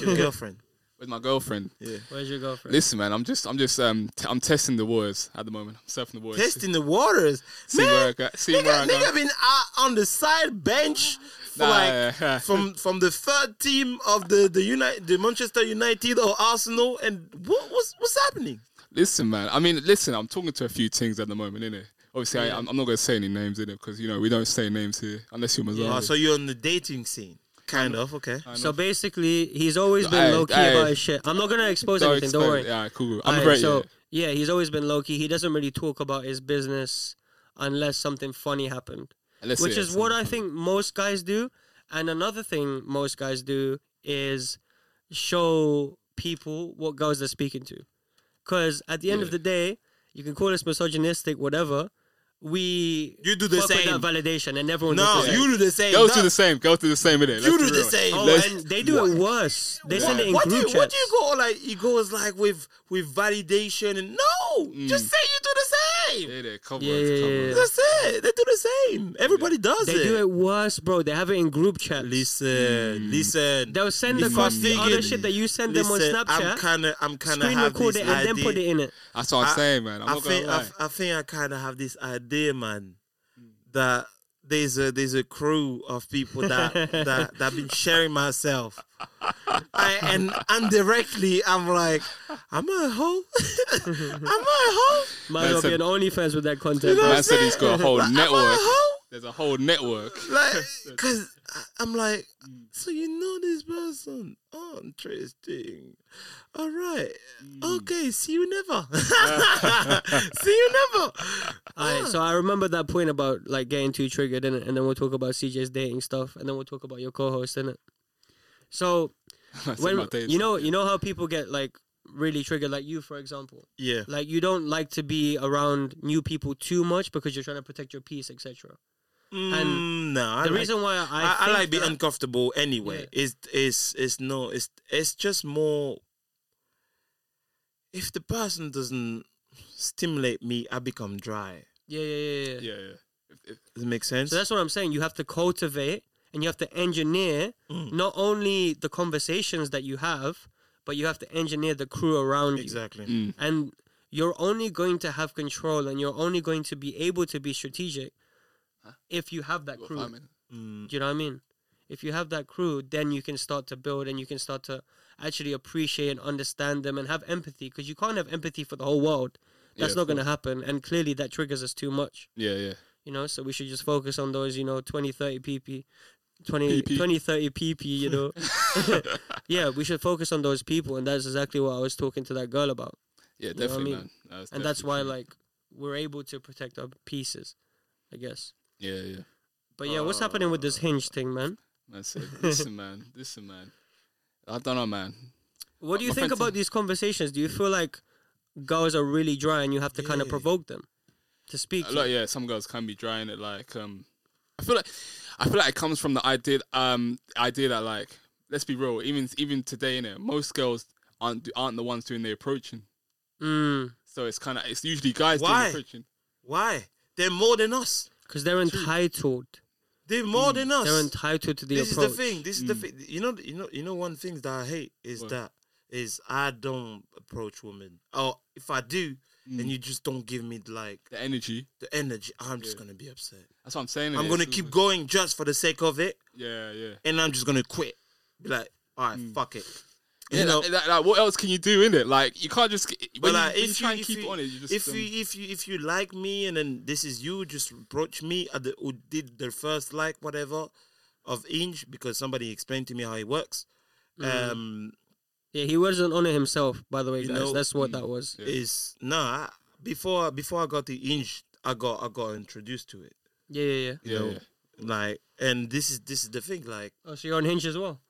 S4: your girlfriend?
S5: With my girlfriend.
S4: Yeah.
S1: where's your girlfriend?
S5: Listen, man, I'm just, I'm just, um, t- I'm testing the waters at the moment. I'm surfing the waters.
S4: Testing the waters.
S5: See
S4: Man,
S5: where I go. See where I
S4: nigga,
S5: go.
S4: nigga been out on the side bench for
S5: Nah,
S4: like
S5: yeah.
S4: from from the third team of the the United, the Manchester United or Arsenal, and what what's what's happening?
S5: Listen, man. I mean, listen. I'm talking to a few things at the moment, innit? Obviously, I, I'm I'm not gonna say any names in it because you know we don't say names here unless you're Mazzari.
S4: Oh, so you're on the dating scene, kind of. Okay.
S1: So basically, he's always
S5: No,
S1: been
S5: hey,
S1: low key
S5: hey.
S1: about his shit. I'm not gonna expose anything. Don't worry.
S5: Yeah, cool. I'm
S1: Alright,
S5: great.
S1: so yeah. he's always been low key. He doesn't really talk about his business unless something funny happened,
S5: Unless
S1: which
S5: it-
S1: is what I think most guys do. And another thing most guys do is show people what girls they're speaking to. Because at the end of the day, you can call us misogynistic, whatever. We
S4: You do the
S1: fuck with that
S4: same.
S1: validation, and everyone
S4: No,
S1: does the same.
S4: you do the same.
S5: Girls do
S4: No,
S5: the same. Girls do the same, innit?
S4: You
S5: Let's
S4: do
S5: be
S4: the
S5: real.
S4: same.
S1: Oh,
S4: Let's-
S1: and they do it worse. They send it in
S4: what do
S1: group
S4: you, what do you
S1: chats.
S4: go like? It goes like with with validation and no, just say you do the same.
S5: Mm. Yeah, yeah,
S1: Yeah, yeah, yeah.
S4: That's it. They do the same. Everybody does
S1: They do it worse, bro. They have it in group chats.
S4: Listen,
S5: Mm.
S4: listen.
S1: They'll send the
S4: If
S1: cos-
S4: I'm
S1: the other
S4: vegan,
S1: shit that you send them on
S4: listen, I'm
S1: Snapchat,
S4: kind of, I'm kind of
S1: screen
S4: have
S1: record
S4: this
S1: it, and
S4: idea.
S1: then put it in it.
S5: That's what I'm saying, man. I'm
S4: I
S5: not
S4: think,
S5: gonna lie. Mm.
S4: I, I think I kind of have this idea, man, that there's a there's a crew of people that that that been sharing myself. I, and indirectly, I'm like, am I a hoe? am I a hoe?
S1: Might
S5: Man
S1: well be
S5: said-
S1: an OnlyFans with that content.
S4: know-
S1: bro.
S5: Man said he's got a whole
S4: Am I
S5: network.
S4: a hoe?
S5: There's a whole network.
S4: like because i'm like
S1: Mm.
S4: so you know this person oh interesting all right
S1: Mm.
S4: okay see you never see you never
S1: Alright, so I remember that point about like getting too triggered in it, and then we'll talk about CJ's dating stuff, and then we'll talk about your co-host in it. So
S5: That's
S1: when
S5: my dates.
S1: you know, you know how people get like really triggered, like you, for example.
S4: yeah
S1: Like you don't like to be around new people too much because you're trying to protect your peace, etc.
S4: and Mm, no I
S1: The
S4: like,
S1: reason why I
S4: I, I
S1: think
S4: like being
S1: that-
S4: uncomfortable anyway it's it's it's no it's it's just more if the person doesn't stimulate me i become dry
S1: yeah, yeah, yeah, yeah.
S5: yeah, yeah.
S4: does it make sense
S1: So that's what I'm saying. You have to cultivate and you have to engineer not only the conversations that you have, but you have to engineer the crew around you.
S4: exactly
S1: and you're only going to have control and you're only going to be able to be strategic if you have that
S5: Got
S1: crew.
S5: five minutes.
S1: Do you know what I mean? If you have that crew, then you can start to build and you can start to actually appreciate and understand them and have empathy because you can't have empathy for the whole world. That's
S5: of
S1: not going to happen. And clearly that triggers us too much,
S5: Yeah, yeah.
S1: you know? So we should just focus on those, you know, 20, 30 PP. 20,
S5: PP.
S1: 20 30 pp you know yeah we should focus on those people and that's exactly what i was talking to that girl about
S5: Yeah,
S1: know what I
S5: definitely,
S1: mean?
S5: man. That's
S1: and that's
S5: definitely
S1: why
S5: true.
S1: like we're able to protect our pieces, I guess.
S5: Yeah, yeah.
S1: But yeah, what's happening with this
S4: Uh,
S1: hinge thing, man?
S5: Man said, listen, man. Listen, man. I don't know, man.
S1: What do you
S5: my
S1: think
S5: friend
S1: about
S5: said-
S1: these conversations? Do you feel like girls are really dry and you have to kind of provoke them to
S4: Uh,
S1: speak?
S5: A
S1: to
S5: lot,
S1: you?
S5: yeah. Some girls can be drying it. Like, um, I feel like, I feel like it comes from the idea, um, idea that like, let's be real. Even even today, in it, most girls aren't aren't the ones doing the approaching.
S1: Mm,
S5: So it's kind of it's usually guys doing
S4: Why?
S5: the approaching.
S4: why they're more than us
S1: Cause they're entitled.
S4: they're more than us
S1: Mm. They're entitled to the
S4: this
S1: approach.
S4: is the thing. This is the
S5: Mm.
S4: thing. You know, you know, you know. One thing that I hate is that is I don't approach women. Or if I do,
S5: Mm.
S4: and you just don't give me like
S5: The energy.
S4: the energy, I'm just gonna be upset.
S5: That's what I'm saying.
S4: I'm
S5: innit?
S4: gonna
S5: It's-
S4: keep going just for the sake of it,
S5: Yeah, yeah.
S4: and I'm just gonna quit. Be like, all right, fuck it. You
S5: Mm. Yeah,
S4: know,
S5: like, like- like, what else can you do in it? Like you can't just
S4: but
S5: when you,
S4: like,
S5: when you
S4: if
S5: try
S4: you,
S5: and
S4: if
S5: keep
S4: you,
S5: it on it, you just
S4: if
S5: um,
S4: you if you if you like me and then this is you, just approach me at the who did their first like whatever of inch because somebody explained to me how it works.
S5: Mm.
S4: Um,
S1: Yeah, he wasn't on it himself, by the way,
S4: You
S1: guys.
S4: know,
S1: That's what that was.
S5: yeah.
S4: is no I, before before I got the inch, I got I got introduced to it.
S1: Yeah, yeah, yeah.
S4: You
S5: Yeah,
S4: know,
S5: yeah.
S4: like and this is this is the thing. Like
S1: Oh, so you're on hinge as well.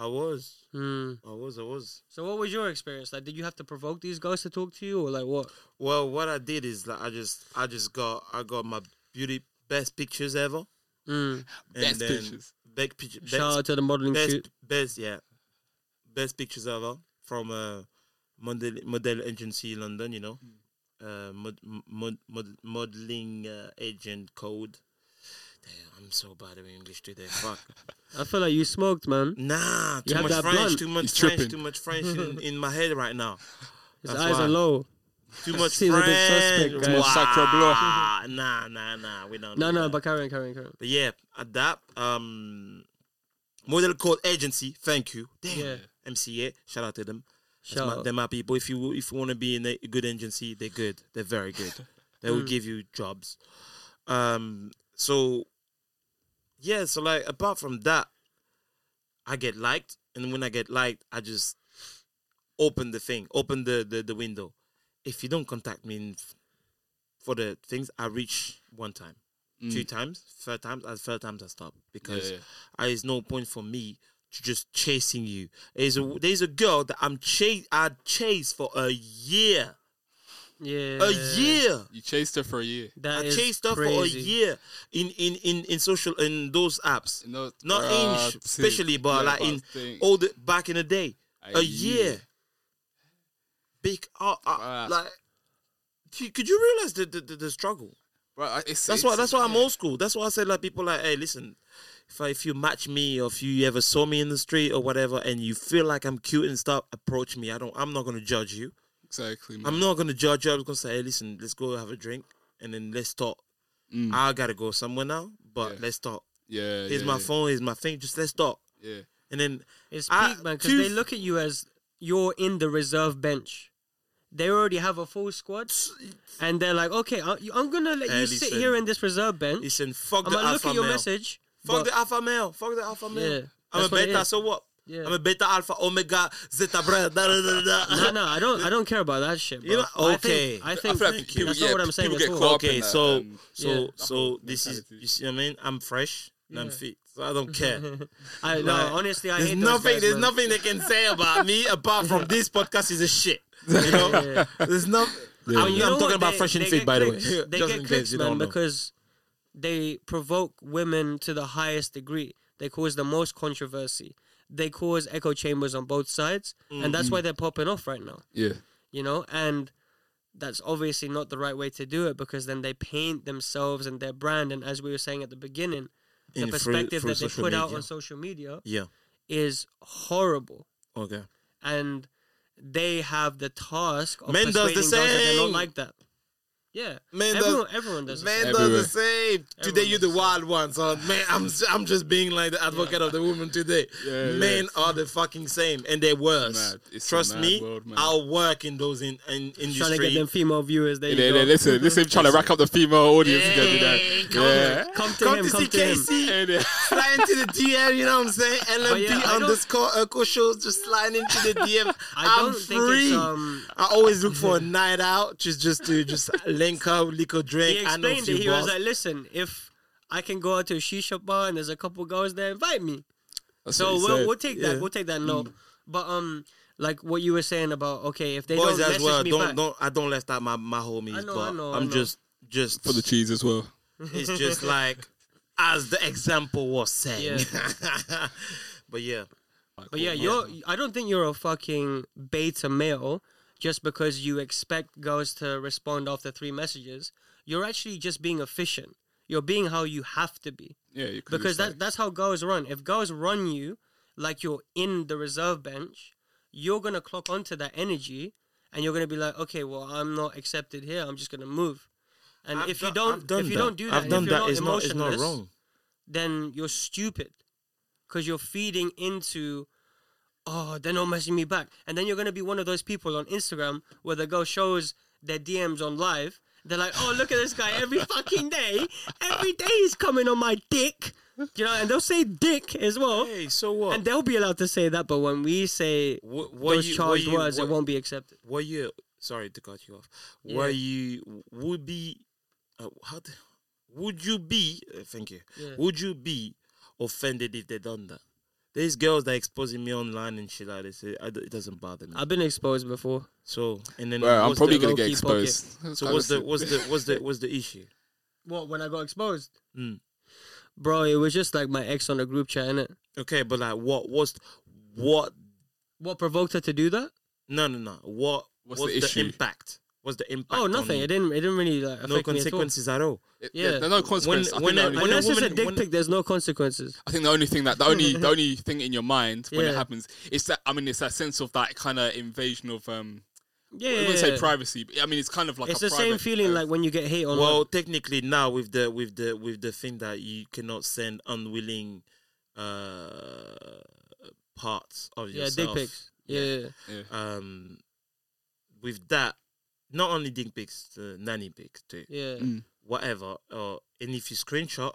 S4: I was,
S1: Hmm.
S4: I was, I was.
S1: So what was your experience like? Did you have to provoke these girls to talk to you, or like what?
S4: Well, what I did is like I just I just got I got my beauty best pictures ever.
S1: Mm.
S4: And
S5: Best
S4: then
S5: pictures.
S4: Best, picture- best,
S1: Shout out to the modeling
S4: best,
S1: shoot.
S4: best, yeah, best pictures ever from a model model agency in London. You know,
S1: Hmm.
S4: uh, mod, mod, mod, modeling uh, agent code. Damn, I'm so bad at English today. Fuck.
S1: I feel like you smoked, man.
S4: Nah, too
S1: have
S4: much
S1: that
S4: French,
S1: blunt.
S4: too much
S5: He's
S4: French,
S5: tripping.
S4: too much French in, in my head right now.
S1: His
S4: That's
S1: eyes
S4: why.
S1: are low.
S4: Too much
S1: Seems a
S4: French.
S1: bit suspect, guys.
S4: Wow.
S5: Sacre bleu.
S4: Nah, nah, nah. We don't.
S1: No,
S4: do
S1: no,
S4: that.
S1: but carry on, carry on, carry on.
S4: But yeah, at that um, model called agency. Thank you. Damn.
S1: Yeah.
S4: MCA. Shout out to them. That's
S1: Shout
S4: my,
S1: out.
S4: they're my people. If you if you want to be in a good agency, they're good. They're very good. they will give you jobs. Um. So. Yeah. So like, apart from that, I get liked, and when I get liked, I just open the thing, open the the, the window. If you don't contact me in f- for the things, I reach one time, two times, third times, and third times I stop because
S5: yeah.
S4: there is no point for me to just chasing you. There's a there's a girl that I'm chase I chased for a year,
S1: Yeah.
S4: a year.
S5: You chased her for a year.
S1: That
S4: I
S1: is
S4: chased her for a
S1: crazy.
S4: year in in in in social in those apps.
S5: No,
S4: Not
S5: bruh,
S4: in sh- especially, but
S5: yeah,
S4: like in
S5: thing.
S4: all the back in the day,
S5: A
S4: a, year.
S5: year.
S4: Big, uh, uh,
S5: Bruh.
S4: like, c- could you realize the the, the, the struggle?
S5: Bruh, it's-
S4: That's
S5: it's-
S4: why that's why I'm
S5: yeah.
S4: old school. That's why I said like people like, hey, listen, if I, if you match me or if you ever saw me in the street or whatever, and you feel like I'm cute and stuff, approach me. I don't. I'm not gonna judge you.
S5: exactly. Man.
S4: I'm not gonna judge you. I'm gonna say, hey, listen, let's go have a drink and then let's talk. I gotta go somewhere now, but
S5: Mm. Yeah.
S4: let's talk.
S5: yeah,
S4: Here's
S5: yeah,
S4: my
S5: yeah,
S4: phone. Here's my thing. Just let's talk.
S5: Yeah,
S4: And then
S1: It's
S4: I-
S1: peak, man, because
S4: two-
S1: they look at you as you're in the reserve bench. They already have a full squad, and they're like, "Okay, I, I'm gonna let
S4: Hey,
S1: you sit
S4: listen.
S1: here in this reserve bench.
S4: listen, fuck
S1: I'm
S4: the
S1: gonna look
S4: alpha
S1: at your
S4: male.
S1: message.
S4: Fuck
S1: but-
S4: the alpha male. Fuck the alpha male.
S1: Yeah,
S4: I'm a
S1: that's what it
S4: beta.
S1: is.
S4: So what?
S1: Yeah.
S4: I'm a beta alpha omega zeta bra. Da, da, da, da.
S1: no, no, I don't. I don't care about that shit. Bro.
S4: You know-
S1: I think-
S4: okay.
S1: I
S4: I
S1: think,
S5: feel like people-
S1: that's
S5: yeah,
S1: not what I'm saying
S5: people
S1: at
S5: get
S1: all.
S5: caught up
S4: okay,
S5: in that,
S4: so
S5: um,
S4: so
S1: yeah.
S4: so this is
S5: mentality.
S4: you see what I mean? I'm fresh and I'm
S1: Yeah.
S4: fit, so I don't care.
S1: I no,
S4: Like,
S1: honestly, I
S4: there's
S1: hate
S4: nothing
S1: Those guys,
S4: there's
S1: man.
S4: nothing they can say about me apart from this podcast is a shit. You know,
S1: Yeah.
S4: there's no. I'm,
S1: You know
S4: I'm
S1: what?
S4: talking about
S1: They-
S4: fresh and
S1: they
S4: fit,
S1: get
S4: by the way.
S1: clicks. They
S4: Just
S1: get
S4: in
S1: clicks,
S4: case you
S1: man,
S4: don't know.
S1: because they provoke women to the highest degree. They cause the most controversy. They cause echo chambers on both sides, and that's
S4: Mm-hmm.
S1: why they're popping off right now.
S5: yeah.
S1: You know, and that's obviously not the right way to do it because then they paint themselves and their brand. And as we were saying at the beginning, the
S4: In through-
S1: perspective
S4: through
S1: that they
S4: social
S1: put out
S4: media.
S1: on social media
S4: Yeah.
S1: is horrible.
S4: Okay.
S1: and they have the task of
S4: Men does the
S1: persuading girls that they're not
S4: same.
S1: like that. Yeah,
S4: Men does-
S1: everyone, everyone does. the
S4: Man
S1: same.
S5: Everywhere.
S4: does the same. Today
S1: Everyone
S4: you're
S1: does
S4: the wild one, so man, I'm I'm just being like the advocate of the woman today.
S5: Yeah,
S4: men are the fucking same, and they're worse.
S5: Mad. It's a
S4: Trust
S5: mad
S4: me,
S5: world, man.
S4: I'll work in those in, in
S1: trying to
S4: industry.
S1: get them female viewers. There
S5: Yeah,
S1: you
S5: yeah,
S1: go.
S5: listen, listen, trying to rack up the female audience
S4: Hey,
S5: again. you know.
S4: come
S5: Yeah.
S1: Come to
S4: Come
S1: him.
S4: to
S1: come
S4: see
S1: to him.
S4: Casey.
S5: And, uh,
S4: slide into the DM, you know what I'm saying? LMP
S1: yeah, I don't-
S4: underscore Echo shows, just slide into the DM.
S1: I
S4: am
S1: don't think
S4: free.
S1: it's um.
S4: I always look for a night out, just just to just link up, lick a
S1: He
S4: drink. I know a
S1: explained
S4: few
S1: it. He
S4: bars.
S1: was like, "Listen, if I can go out to a shisha bar and there's a couple girls there, invite me."
S5: that's
S1: So
S5: what he
S1: we'll,
S5: said.
S1: we'll take that.
S4: Yeah. Mm.
S1: We'll take that note. But um, like what you were saying about okay, if they
S4: boys
S1: don't
S4: as
S1: message
S4: well.
S1: me
S4: Don't
S1: back,
S4: don't I don't left out my my homies,
S1: I know,
S4: but
S1: I know, I
S4: I'm
S1: know.
S4: just just
S5: for the cheese as well.
S4: it's just like as the example was saying. but yeah,
S1: But yeah, you're. I don't think you're a fucking beta male just because you expect girls to respond after three messages. You're actually just being efficient. You're being how you have to be
S5: Yeah, you could
S1: because
S5: just, like-
S1: that that's how girls run. If girls run you like you're in the reserve bench, you're gonna clock onto that energy, and you're gonna be like, okay, well, I'm not accepted here. I'm just gonna move. And
S4: I've
S1: if
S4: done-
S1: you don't,
S4: I've done
S1: if you don't do that,
S4: I've
S1: and
S4: done
S1: if you're
S4: that.
S1: Not
S4: it's not it's not
S1: emotionless,
S4: wrong.
S1: then you're stupid because you're feeding into oh they're not messaging me back and then you're going to be one of those people on instagram where the girl shows their dms on live they're like oh look at this guy every fucking day every day he's coming on my dick you know and they'll say dick as well
S4: Hey, so what?
S1: and they'll be allowed to say that but when we say
S4: what,
S1: those charged words it won't be accepted
S4: were you sorry to cut you off were you would be uh, how the, would you be uh, thank you
S1: Yeah.
S4: would you be offended if they done that there's girls that exposing me online and shit like this it, I d- it doesn't bother me
S1: i've been exposed before
S4: so and then
S5: Bruh, I'm
S4: what's
S5: probably
S4: the,
S5: gonna get
S1: low-key pocket?
S5: exposed.
S4: so what's the what's the what's the what's the issue
S1: what when i got exposed
S4: Mm.
S1: bro it was just like my ex on a group chat innit?
S4: okay but like what what's what
S1: what provoked her to do that
S4: no no no what
S5: What's
S4: what's,
S5: the
S4: the,
S5: issue?
S4: impact what's the impact
S1: Oh,
S4: on
S1: nothing.
S4: you?
S1: It didn't. It didn't really like, affect
S4: no
S1: me at all.
S4: consequences at all
S5: It-
S1: yeah.
S5: there's no consequence. I, think
S4: when
S5: the
S4: a-
S5: only-
S4: when
S1: Unless it's a
S4: woman-
S1: dick
S4: when-
S1: pic, there's no consequences.
S5: I think the only thing that the only the only thing in your mind when it
S1: Yeah.
S5: happens is that I mean it's that sense of that kind of invasion of um
S1: Yeah,
S5: I wouldn't say privacy but I mean it's kind of like
S1: It's
S5: a
S1: the same
S5: private- uh,
S1: feeling like when you get hate on.
S4: Well, technically now with the with the with the thing that you cannot send unwilling uh parts of
S1: yeah,
S4: yourself.
S1: dick pics. Yeah, yeah, yeah.
S4: Um, with that, not only dick pics, uh, nanny pics too,
S1: yeah.
S4: whatever. Uh, and if you screenshot,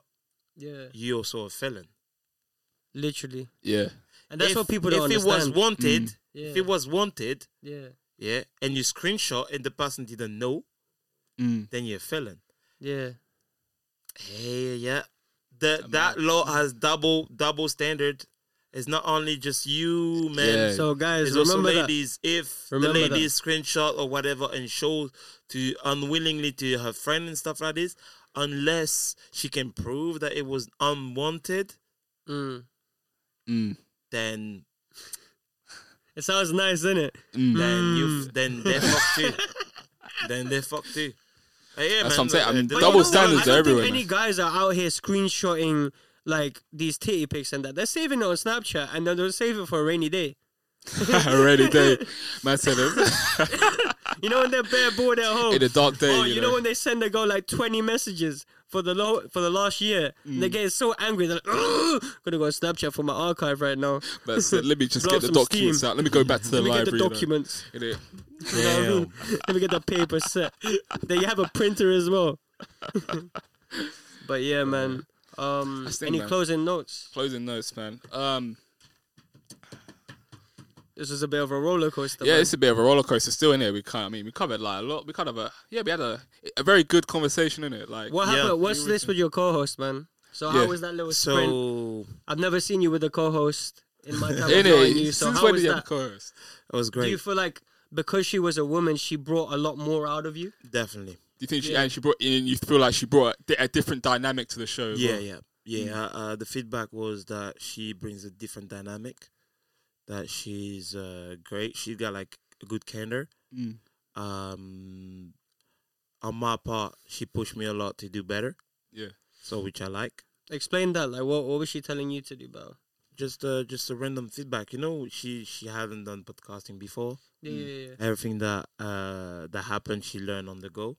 S1: yeah.
S4: you also a felon.
S1: Literally,
S5: yeah
S1: and that's
S4: if,
S1: what people don't
S4: If
S1: understand. Mm.
S4: it was wanted,
S1: yeah.
S4: if it was wanted,
S1: yeah,
S4: yeah, and you screenshot and the person didn't know,
S5: Mm.
S4: then you're a felon.
S1: yeah,
S4: Hey, yeah. The, that law has double double standard. It's not only just you, man.
S5: Yeah.
S1: So guys,
S4: There's also
S1: remember that.
S4: ladies. If the
S1: Remember that.
S4: lady screenshot or whatever and shows to unwillingly to her friend and stuff like this, unless she can prove that it was unwanted,
S1: Mm.
S5: Mm.
S4: then
S1: It sounds nice, isn't it?
S4: then you then they fucked you. Then they fucked you. Uh,
S5: That's
S4: yeah, man,
S5: what I'm saying. I mean,
S4: uh,
S5: double
S1: what?
S5: standards
S1: I don't
S5: are everywhere,
S1: Think any
S5: man.
S1: guys are out here screenshotting like these titty pics and that. They're saving it on Snapchat and then they'll save it for a rainy day.
S5: Already day. Man said it.
S1: You know when they're bare bored at home.
S5: In a dark day,
S1: Oh,
S5: you
S1: you know
S5: know.
S1: when they send a girl like twenty messages for the low, for the last year, and they get so angry. They're like, "Ugh, "Gonna go on Snapchat for my archive right now.
S5: But so let me just
S1: Blow
S5: get the
S1: some steam.
S5: documents out. Let me go back to the
S1: Let me get
S5: library.
S1: the
S5: you know.
S1: documents.
S5: Get it.
S1: You know what I mean? Let me get the paper set. then you have a printer as well. but yeah, man. Um,
S5: That's the thing,
S1: any
S5: man.
S1: closing notes?
S5: Closing notes, man. Um,
S1: This is a bit of a roller coaster.
S5: yeah,
S1: man.
S5: it's a bit of a roller coaster still in it. We kind of, I mean, we covered like a lot. We kind of a yeah, we had a a very good conversation in it. Like
S1: What
S4: Yeah.
S1: happened? What's this with your co-host, man? So
S5: Yeah.
S1: how was that little sprint?
S4: so
S1: I've never seen you with a co-host in my time of
S5: in
S1: knowing
S5: it.
S1: you.
S5: Since
S1: So how
S5: when
S1: was
S5: did you have a
S1: that?
S5: co-host?
S4: it was
S1: Do you
S4: great.
S1: feel like because she was a woman, she brought a lot more out of you?
S4: Definitely.
S5: Do you think she
S1: Yeah.
S5: and she brought in? You feel like she brought a, di- a different dynamic to the show. as
S4: Yeah,
S5: well?
S4: yeah, yeah. Uh, uh, the feedback was that she brings a different dynamic. That she's uh, great. She's got like a good candor.
S5: Mm.
S4: Um, on my part, she pushed me a lot to do better.
S5: Yeah.
S4: So which I like.
S1: Explain that. Like, what, what was she telling you to do, bro?
S4: Just uh, just a random feedback. You know, she she hadn't done podcasting before.
S1: Yeah, yeah, yeah.
S4: Everything that uh that happened, she learned on the go.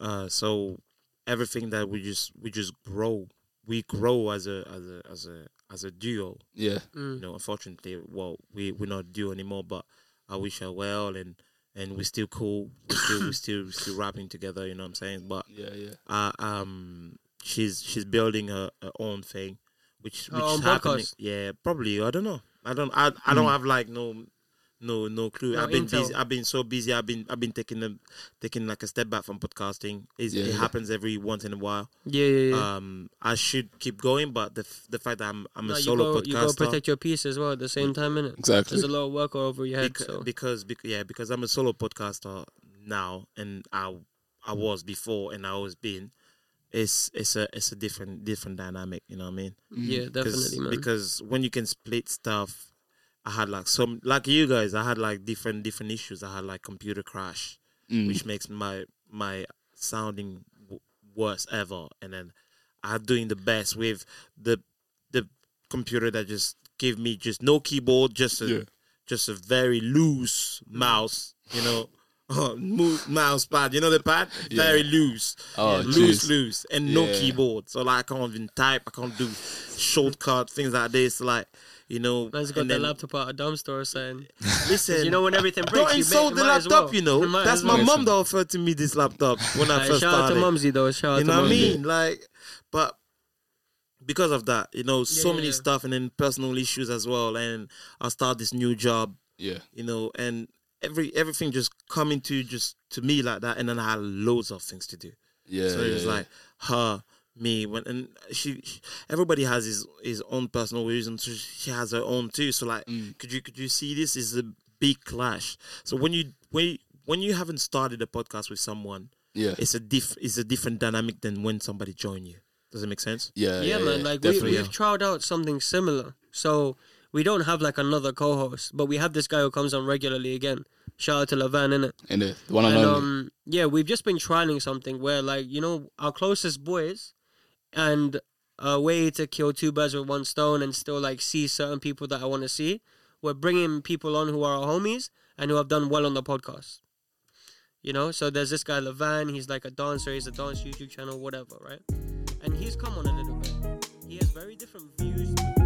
S4: Uh, so everything that we just we just grow. We grow as a as a as a as a duo.
S5: yeah.
S1: Mm.
S4: you know, unfortunately, well, we we're not due anymore. But I wish her well, and and we're still cool. We're still we're still we're still rapping together. You know what I'm saying? But
S5: Yeah, yeah.
S4: uh, um, she's she's building her, her own thing, which
S1: Her
S4: which
S1: own
S4: is happening.
S1: podcast. Hmm.
S4: Yeah, probably. I don't know. I don't. I, I don't have like no. No, no clue.
S1: No
S4: I've been
S1: intel.
S4: busy. I've been so busy. I've been, I've been taking a, taking like a step back from podcasting. It's,
S5: Yeah,
S4: it
S5: yeah.
S4: happens every once in a while.
S1: Yeah, yeah, yeah.
S4: Um, I should keep going, but the, f- the fact that I'm, I'm
S1: No,
S4: a
S1: you
S4: solo
S1: go, you go
S4: podcaster.
S1: protect your peace as well at the same time, innit?
S5: Exactly.
S1: There's a lot of work over your head.
S4: Bec-
S1: so
S4: because bec- yeah because I'm a solo podcaster now and I I was before and I always been it's it's a it's a different different dynamic you know what I mean
S1: yeah,
S4: 'Cause-
S1: definitely, man.
S4: because when you can split stuff I had like some like you guys I had like different different issues I had like computer crash
S5: Mm.
S4: which makes my my sounding w- worse ever and then I'm doing the best with the the computer that just give me just no keyboard just a
S5: Yeah.
S4: just a very loose mouse you know mo- mouse pad you know the pad very loose
S5: Oh,
S4: loose
S5: jeez.
S4: loose and no
S5: Yeah.
S4: keyboard so like I can't even type I can't do shortcut things like this like you know
S1: Man's got
S4: and
S1: the
S4: then-
S1: laptop out of dumpster or something.
S4: listen
S1: You know when everything breaks,
S4: don't
S1: you
S4: insult
S1: may,
S4: the
S1: might as
S4: laptop,
S1: well.
S4: you know.
S1: Might
S4: That's
S1: as
S4: my
S1: well.
S4: mom that offered to me this laptop when I
S1: Like,
S4: first
S1: shout out
S4: started.
S1: to Mumsy though. Shout out
S4: you know
S1: to
S4: what I
S1: Mumsy.
S4: mean? Like, but because of that, you know, so
S1: yeah,
S4: many
S1: yeah.
S4: stuff and then personal issues as well. And I start this new job,
S5: Yeah.
S4: you know, and every everything just coming to just to me like that. And then I had loads of things to do.
S5: Yeah.
S4: So it was like her, me, when and she, she- everybody has his his own personal reasons. So she has her own too. So like,
S5: Mm.
S4: could you could you see this is a big clash? So when you when you, when you haven't started a podcast with someone,
S5: yeah.
S4: it's a diff it's a different dynamic than when somebody join you. Does it make sense?
S5: Yeah,
S1: yeah, man. Like we,
S5: definitely.
S1: we've tried out something similar, so we don't have like another co-host, but we have this guy who comes on regularly again. Shout out to Levan, innit?
S5: and the, the one I
S1: And
S5: know.
S1: um, yeah, we've just been trialing something where like you know our closest boys, and a way to kill two birds with one stone and still like see certain people that I want to see. We're bringing people on who are our homies and who have done well on the podcast. You know, so there's this guy Levan. He's like a dancer. He's a dance YouTube channel, whatever, right? And he's come on a little bit. He has very different views.